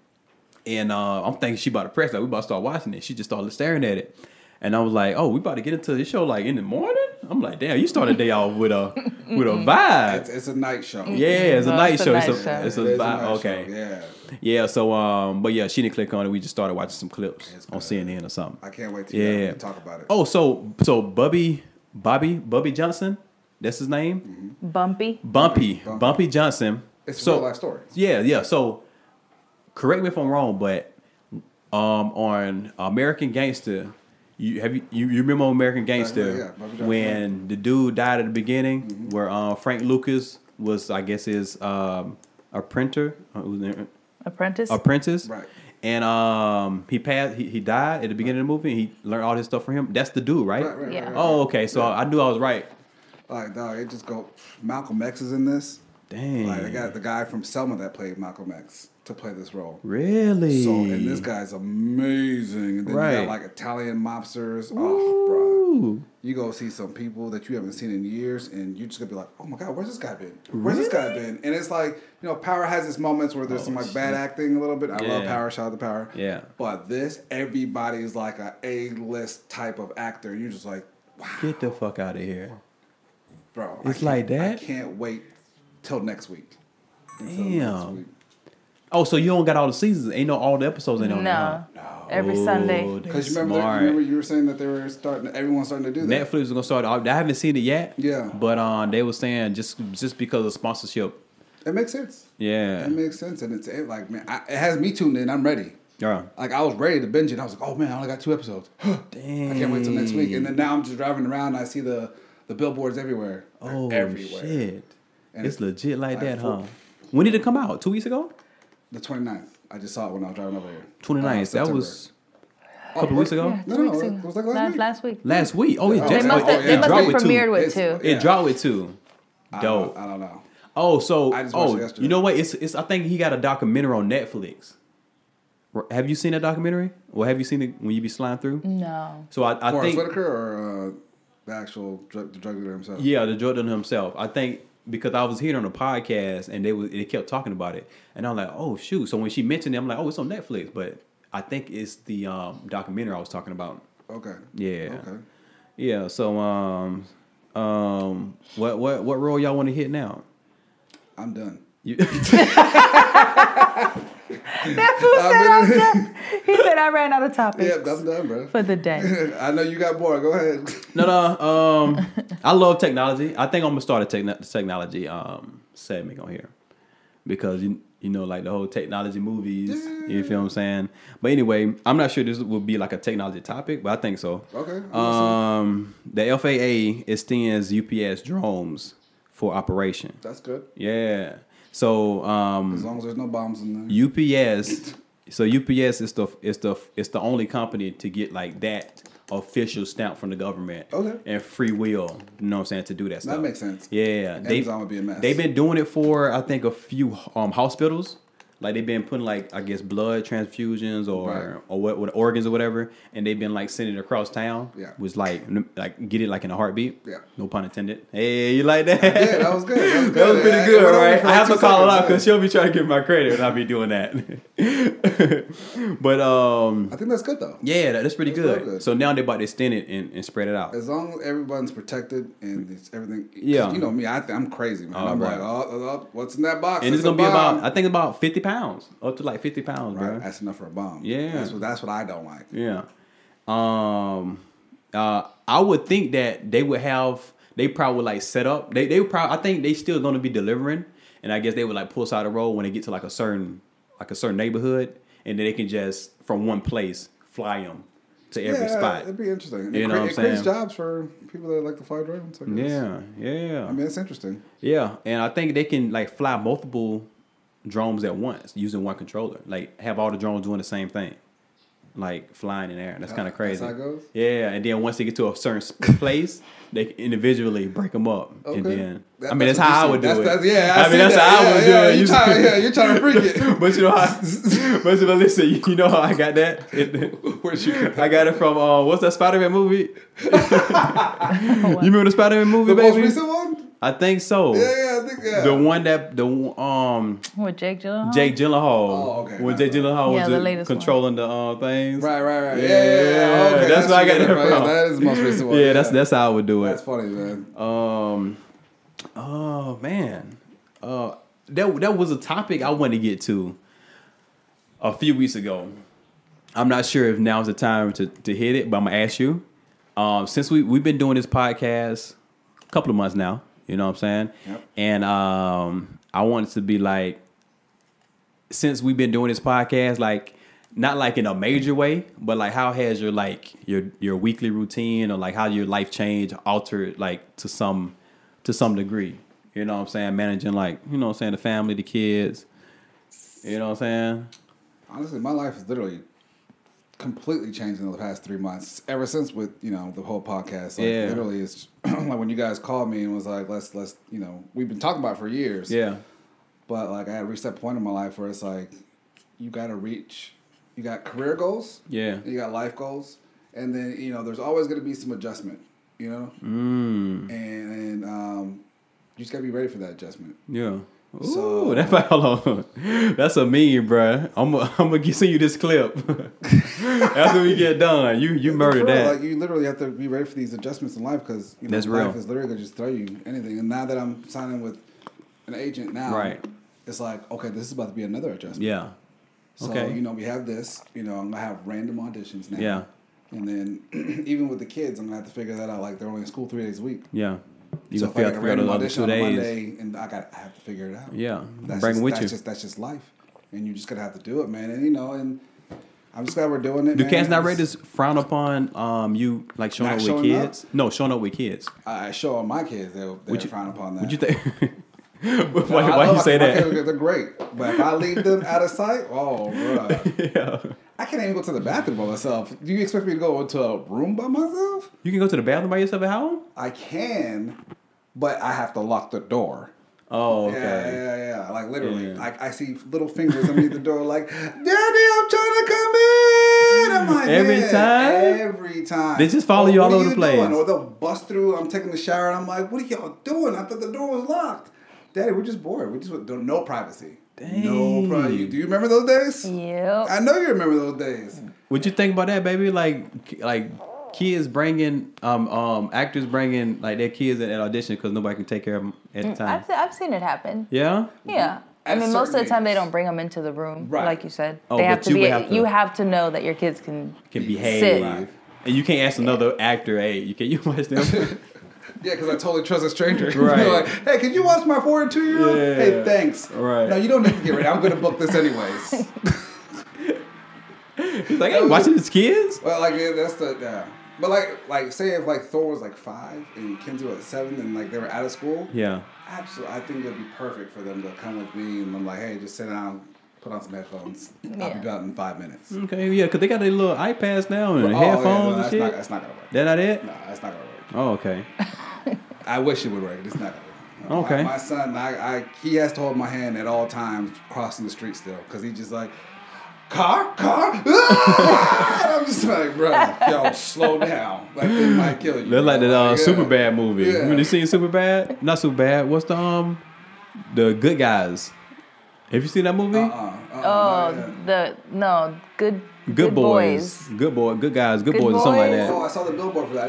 and uh, I'm thinking she about to press that. We about to start watching it. She just started staring at it, and I was like, "Oh, we about to get into this show like in the morning." I'm like, "Damn, you start a day off with a with a it's, vibe." it's a night show. Yeah, it's a No, night it's a show. It's night a show. it's a It is a night vibe. show, Okay, yeah. Yeah. So um, but yeah, she didn't click on it. We just started watching some clips It's on good. CNN or something. I can't wait to Yeah. talk about it. Oh, so so Bubby Bobby Bubby Johnson, that's his name. Bumpy. Bumpy, Mm-hmm. Bumpy. Bumpy Johnson. It's a so, real life story. Yeah, yeah. So, correct me if I'm wrong, but um, on American Gangster, you have you, you you remember on American Gangster yeah, Mm-hmm. Bumpy Johnson. when the dude died at the beginning, where um, Frank Lucas was, I guess, his um, a printer, uh, who's the- Apprentice. apprentice, Right. And um, he passed. He, he died at the beginning of the movie. and He learned all this stuff from him. That's the dude, right? Right, right, Yeah. right, right. Oh, okay. So I knew I was right. Like, dog, it just go. Malcolm X is in this. Dang. Like, they got the guy from Selma that played Malcolm X to play this role. Really? So, and this guy's amazing. And then you Right. got like Italian mobsters. Oh, bro. Ooh. You go see some people that you haven't seen in years, and you're just gonna be like, oh my God, where's this guy been? Where's this guy been? And it's like, you know, Power has its moments where there's some like bad acting a little bit. I love Oh, Yeah. Power, shout out to Power. Yeah. But this, everybody's like a A list type of actor. And you're just like, wow, Get the fuck out of here. bro. I It's can't- like I that? can't wait till next week. Until Damn. Oh, so you don't got all the seasons. Ain't no all the episodes ain't on Oh, there, huh? no. Every Sunday. Because Because you remember, smart. you remember you were saying that they were starting, everyone's starting to do that. Netflix is gonna start. I haven't seen it yet. Yeah. But um, they were saying just just because of sponsorship. It makes sense. Yeah. It makes sense, and it's it, like man, I, it has me tuned in. I'm ready. Yeah. Like I was ready to binge it. I was like, oh man, I only got two episodes. Dang. I can't wait till next week. And then now I'm just driving around. and I see the the billboards everywhere. They're Oh everywhere. shit. And it's it- legit like, like, that, huh? full- When did it come out? Two weeks ago. The 29th. I just saw it when I was driving over here. 29th. Uh, Oh, that was a couple weeks ago. Yeah, No, two no, weeks it ago. was like last last, week. last week. Last week. Oh, it Oh, just They must oh, have- it they must dropped have with two. premiered with September. two. It Yeah. dropped with two. Dope. I don't know. Oh, so I just watched it oh, yesterday. you know what? It's it's. I think he got a documentary on Netflix. R- Have you seen that documentary? Or have you seen it when you be sliding Mm. through? No. So I, I Forrest think Whitaker or uh, the actual drug, the drug dealer himself. yeah, the Jordan himself. I think because I was here on a podcast and they was they kept talking about it, and I'm like, oh shoot. So when she mentioned it, I'm like, oh, it's on Netflix. But I think it's the um, documentary I was talking about. Okay. Yeah, Okay. yeah. So um, um, what what what role y'all want to hit now? I'm done. You, That fool said I'm I'm done. He said I ran out of topics Yeah, I'm done, bro. for the day. I know you got more. Go ahead. No, no. Um, I love technology. I think I'm gonna start a techn- technology um segment on here because you you know like the whole technology movies. You feel what I'm saying? But anyway, I'm not sure this will be like a technology topic, but I think so. Okay, I'm Um, the FAA extends UPS drones for operation. That's good. Yeah. So As um, long as there's no bombs in there. UPS. So UPS is the is the it's the only company to get like that official stamp from the government. Okay. And free will, you know what I'm saying, to do that stuff. makes sense. Yeah. They, Amazon would be a mess. They've been doing it for I think a few um hospitals. Like they've been putting like I guess blood transfusions or Right. or what, what organs or whatever, and they've been like sending it across town. Yeah. Was like n- like get it like in a heartbeat. Yeah. No pun intended. Hey, you like that? Yeah, that was good. That was, good. That was I- pretty it good, went over right? for I like have two to call it out seconds, because yeah. she'll be trying to get my credit, and I'll be doing that. but um, I think that's good though. yeah, that, that's pretty That's good. real good. So now they're about to extend it and, and spread it out. As long as everyone's protected and it's everything. 'cause Yeah. You know me. I think I'm crazy, man. Oh, I'm right. like, oh, oh, oh, what's in that box? And it's a gonna be bomb. about, I think, about fifty pounds, up to like fifty pounds, Right? bro. That's enough for a bomb. Yeah. That's what, that's what I don't like. Yeah. Um uh I would think that they would have they probably would like set up. They they would probably I think they still gonna be delivering and I guess they would like pull us out of the road when they get to like a certain like a certain neighborhood and then they can just from one place fly them to every yeah, spot. It'd be interesting. You it know what cre- I'm it creates saying? jobs for people that like to fly drones. I guess. Yeah, yeah. I mean, it's interesting. Yeah, and I think they can like fly multiple drones at once using one controller. Like have all the drones doing the same thing, like flying in the air. That's kind of That's crazy. how it goes? Yeah, and then once they get to a certain sp- place, they can individually break them up, and Okay. then That- I mean that's, what how I you would said. do That's- it. that's- I mean seen that's that. how I Yeah, would yeah, do it. You You- trying, yeah, you're trying to freak it. but you know how, but you know, listen, you- you know how I got that. It- Where'd you get that? I got it from uh, what's that Spider Man movie? you remember the Spider Man movie, The most baby? recent one? I think so. Yeah, yeah, I think yeah. The one that the um With Jake Gyllenhaal. Jake Gyllenhaal. Oh, okay. When Jake Gyllenhaal Yeah, was the the- latest one. controlling the uh, things. Right, right, right. Yeah, yeah, yeah. Yeah, Okay, that's where I got what you that right. from. That is the most recent one. Yeah, that's that's how I would do That's it. funny, man. Um, oh man, uh, that that was a topic I wanted to get to a few weeks ago. I'm not sure if now's the time to to hit it, but I'm gonna ask you. Um, since we we've been doing this podcast a couple of months now, you know what I'm saying, Yep. and um, I wanted to be like since we've been doing this podcast, like not like in a major way, but like how has your like your your weekly routine or like how your life change altered like to some to some degree. You know what I'm saying? Managing like, you know what I'm saying, the family, the kids. You know what I'm saying? Honestly, my life is literally completely changed in the past three months. Ever since with you know the whole podcast, like Yeah. literally, it's like when you guys called me and was like, "Let's let's you know we've been talking about it for years." Yeah. But like I had reached that point in my life where it's like you gotta reach you got career goals. Yeah. and you got life goals. And then, you know, there's always gonna be some adjustment, you know? Mm. And, and um you just gotta be ready for that adjustment. Yeah. Ooh, So- that might, hold on. That's a meme, bruh. I'm i I'm gonna send you this clip after we get done. You you For murdered real, that. Like you literally have to be ready for these adjustments in life because you know That's life real. is literally gonna just throw you anything. And now that I'm signing with an agent now, Right. it's like, okay, this is about to be another adjustment. yeah. So Okay. you know, we have this. You know, I'm gonna have random auditions now. Yeah. And then even with the kids, I'm gonna have to figure that out. Like they're only in school three days a week. Yeah. You so gonna if I fail got a three out of random the other audition two on a days. Monday, and I got I have to figure it out. Yeah. That's Bring just, with that's you. Just, that's just life, and you just gotta have to do it, man. And you know, and I'm just glad we're doing it. Do man. cats not It's- rather frown upon um you like showing Not up with showing up? kids? No, showing up with kids. I I show all my kids they they Would you- frown upon that. Would you think? why No, why I love you my- say my kids, that? they're great, but if I leave them out of sight, oh, bruh. yeah. I can't even go to the bathroom by myself. Do you expect me to go into a room by myself? You can go to the bathroom by yourself at home. I can, but I have to lock the door. Oh, okay. Yeah, yeah, yeah. Like literally, Yeah. like I see little fingers underneath the door. Like, Daddy, I'm trying to come in. I'm like, Every "Man, time? every time. Oh, They just follow you all what are over the place." doing?" Or they'll bust through. I'm taking a shower, and I'm like, what are y'all doing? I thought the door was locked. Daddy, we're just bored. We just want- don't no privacy. No Dang. privacy. Do you remember those days? Yep. I know you remember those days. What you think about that, baby? Like, like kids bringing um um actors bringing like their kids at, at audition because nobody can take care of them at the time. I've, se- I've seen it happen. yeah. Yeah. Mm-hmm. I At mean, most of the certain time they ages. don't bring them into the room, Right. like you said. Oh, they but have to you be. would have to- you have to know that your kids can. Can Sit. behave. And you can't ask another actor, hey, you can you watch them? Yeah, because I totally trust a stranger. Right. They're like, hey, could you watch my four and two year old? Yeah. Hey, thanks. Right. No, you don't need to get ready. I'm going to book this anyways. It's like, hey, watching these kids? Well, like yeah, that's the yeah. But like like say if like Thor was like five and Kenzie was seven and like they were out of school. Yeah. Absolutely, I think it'd be perfect for them to come with me and I'm like, hey, just sit down, put on some headphones. I'll Yeah. be out in five minutes. Okay, yeah, because they got their little iPads now and Oh, yeah, no, headphones that's and Not, shit. that's not gonna work. that not it? no, that's not gonna work. Oh, okay. I wish it would work. It's not gonna work. No, my- Okay. My, son, I, I he has to hold my hand at all times crossing the street still because he just like. Car, car, ah! And I'm just like, bro, yo, slow down. Like, they might kill you. That's like bro. that uh, yeah. Super Bad movie. Yeah. When you seen Super Bad? Not Super Bad. What's the um the Good Guys? Have you seen that movie? Uh-uh, Oh, not yet. the no good. Good, boys. Good boy. Good guys. Good, Good boys, or something like Boys. that. Oh, I saw the billboard for that. I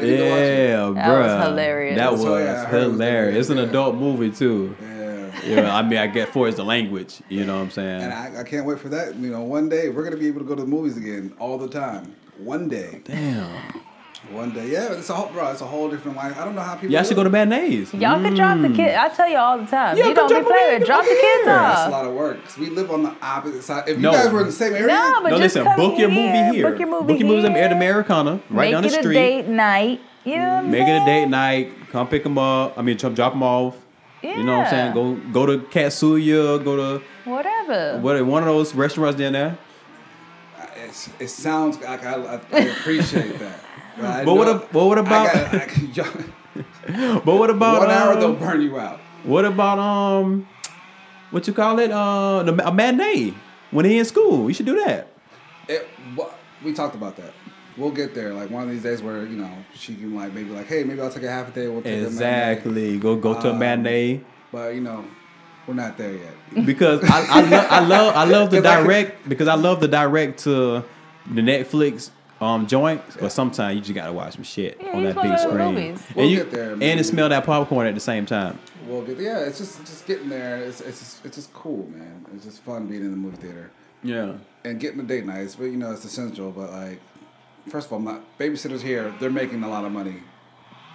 yeah, bruh. didn't yeah. That was hilarious. That was So, yeah, I heard it was hilarious. good, It's an yeah. adult movie too. Go watch it. You know, I mean, I get for is the language. You know what I'm saying? And I, I can't wait for that. You know, one day we're gonna be able to go to the movies again all the time. One day, Damn. one day. Yeah, it's a whole, bro. It's a whole different life. I don't know how people. Y'all do should it. go to Mm. matinees. Y'all can drop the kid. I tell you all the time. Yeah, you come don't drop 'em be in, playing. get Drop the over kids here. That's a off. lot of work. 'Cause we live on the opposite side. If No. you guys were in the same area, No, but No, just listen. come Book your here. movie here. Book your movie Book your movies here. at Americana, right Make down the it a street. date night. You know what I'm Make it a date saying? night. Come pick them up. I mean, drop them off. You know what I'm Yeah. saying? Go go to Katsuya. Go to Whatever. what one of those restaurants down there. uh, it's, it sounds like I, I, I appreciate that. But, I But what know- ab- but what I about- gotta- I can- y'all- But what about one hour um, they'll burn you out. What about um, what you call it? Uh, the, a matinee when he in school. You should do that. It, wha- we talked about that. We'll get there. Like one of these days where you know she can like maybe like hey maybe I'll take a half a day. We'll take a matinee. Exactly. Go go to a Um, matinee But you know we're not there yet. because I I, lo- I love I love the If I could- direct because I love the direct to the Netflix um joint. But sometimes you just gotta watch some shit Yeah, on you that just big wanna go to the screen, movies. and We'll you get there, and man. it smell that popcorn at the same time. We'll get yeah. It's just just getting there. It's it's just, it's just cool, man. It's just fun being in the movie theater. Yeah. and getting the date nights, but you know it's essential. But like, first of all, my babysitters here, they're making a lot of money.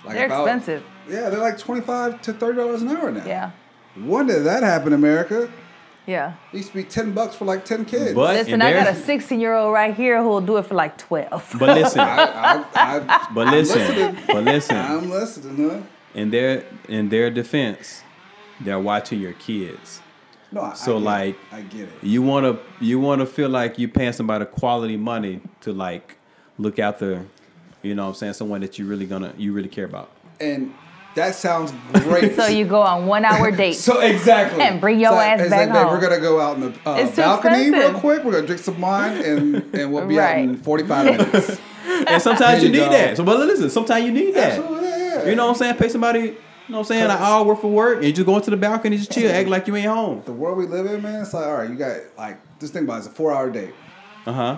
Like They're if I- expensive. yeah, they're like twenty five to thirty dollars an hour now. Yeah. When did that happen, America? Yeah. It used to be ten bucks for like ten kids. But Listen, in I their- got a 16 year old right here who will do it for like 12. But listen, I, I, I, but listen, listening. but listen. I'm listening, huh? In their in their defense, they're watching your kids. No, I, I So, get it. like, I get it. You wanna you wanna feel like you're paying somebody quality money to like look after, you know what I'm saying, someone that you really gonna you really care about. And that sounds great. so you go on one hour dates. So exactly. And bring your So ass it's back like, babe, home. We're gonna go out in the uh, It's too balcony real expensive. quick. We're gonna drink some wine and and we'll be out in Right. forty five minutes. And sometimes you There you need go. that. So but listen, sometimes you need that. Absolutely, yeah, yeah. You know what I'm saying? Pay somebody, you know what I'm saying, an Cause- hour worth of work and you just go into the balcony, just chill, act like you ain't home. The world we live in, man. It's like all right, you got like just think about it, it's a four hour date, Uh huh.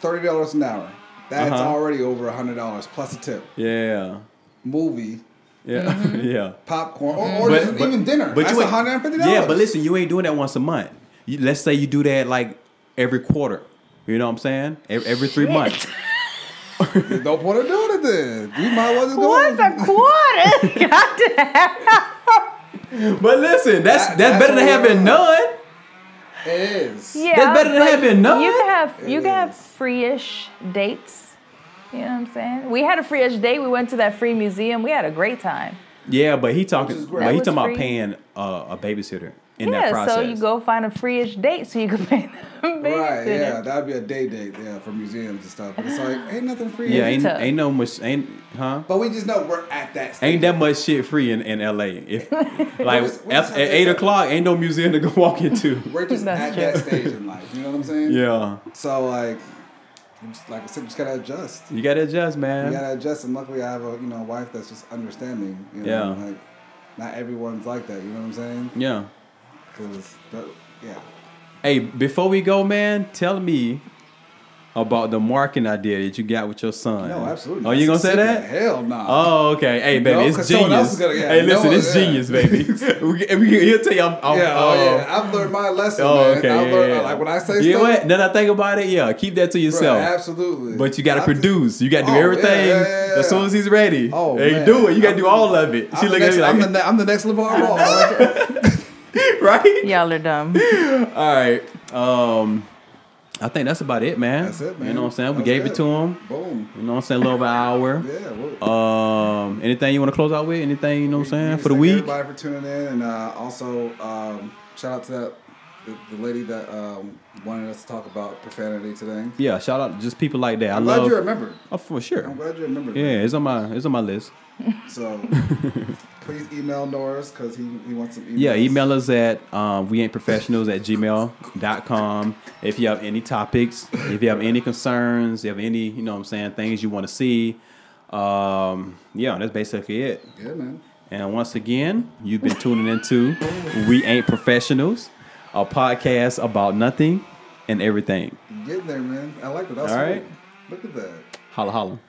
thirty dollars an hour. That's Uh-huh. already over hundred dollars plus a tip. Yeah. Movie, Yeah. yeah. popcorn, or, or But- just but- even dinner. But Mm-hmm. But That's you one ain't- hundred and fifty dollars. Yeah, but listen, you ain't doing that once a month. You, let's say you do that like every quarter. You know what I'm saying? Every, every three Shit. months. no point of doing it then. You might as well just go. What's a quarter? God damn. But listen, that's that's, That- that's better than what we're having on. none. It is. Yeah, That's better than but having none. You can have you It can have is. free-ish dates. You know what I'm saying? We had a free-ish date. We went to that free museum. We had a great time. Yeah, but he talking, Which is great. but he That talking was about free. paying uh, a babysitter in that Yeah, process. so you go find a free-ish date so you can pay them. Right, babysitter. yeah, that'd be a day date, yeah, for museums and stuff. But it's like, ain't nothing free. Yeah, ain't, tough. ain't no much, ain't huh? But we just know we're at that stage. Ain't that much shit free in, in LA? If like just- we at, just at have to- eight o'clock, ain't no museum to go walk into. We're just That's at true. that stage in life. You know what I'm saying? yeah, So like, we just, like I said, we just gotta adjust. you gotta adjust, man. You gotta adjust, and luckily I have a you know wife that's just understanding. You know, Yeah. Like, not everyone's like that. You know what I'm saying? yeah. 'Cause the- yeah. Hey, before we go, man, tell me about the marketing idea that you got with your son. No, absolutely. Oh, you gonna That's a say secret. that? Hell no. Oh, okay. Hey, baby, No, it's 'cause someone genius. else is gonna- yeah, hey, no listen, one- it's yeah. genius, baby. we, we, he'll tell you. I'm, I'm, yeah. uh, Oh, yeah. I've learned my lesson, Oh, man. okay. I've yeah, learned yeah. like when I say you know stuff. what? Now that I think about it, yeah, keep that to Bro, yourself. absolutely. But you got to I just- produce. You got to do Oh, yeah, everything yeah, yeah, yeah. as soon as he's ready. Oh, hey, man. do it. You got to I'm do the- all of it. I'm She the look at next- me I'm the, like, ne- I'm the next LeVar Ball. right there. right? Y'all are dumb. All right. Um, I think that's about it, man. That's it, man. You know what I'm saying? We That's gave it it. to him. Boom. You know what I'm saying? A little over an hour. Yeah. Well, Um, anything you want to close out with? Anything you know what I'm saying Thanks for the to week? Everybody for tuning in, and uh, also um, shout out to that the, the lady that um, wanted us to talk about profanity today. Yeah, shout out to just people like that. I I'm glad love. you remembered. oh, for I'm sure. glad you remembered. Yeah, it's on my it's on my list. So please email Norris because he, he wants some emails. Yeah, email us at um, we ain't professionals at gmail.com. If you have any topics, if you have any concerns, you have any, you know what I'm saying, things you want to see. Um, yeah, that's basically it. Yeah, man. And once again, you've been tuning into We Ain't Professionals, a podcast about nothing and everything. You getting there, man? I like it. That's All cool. right. Look at that. Holla holla.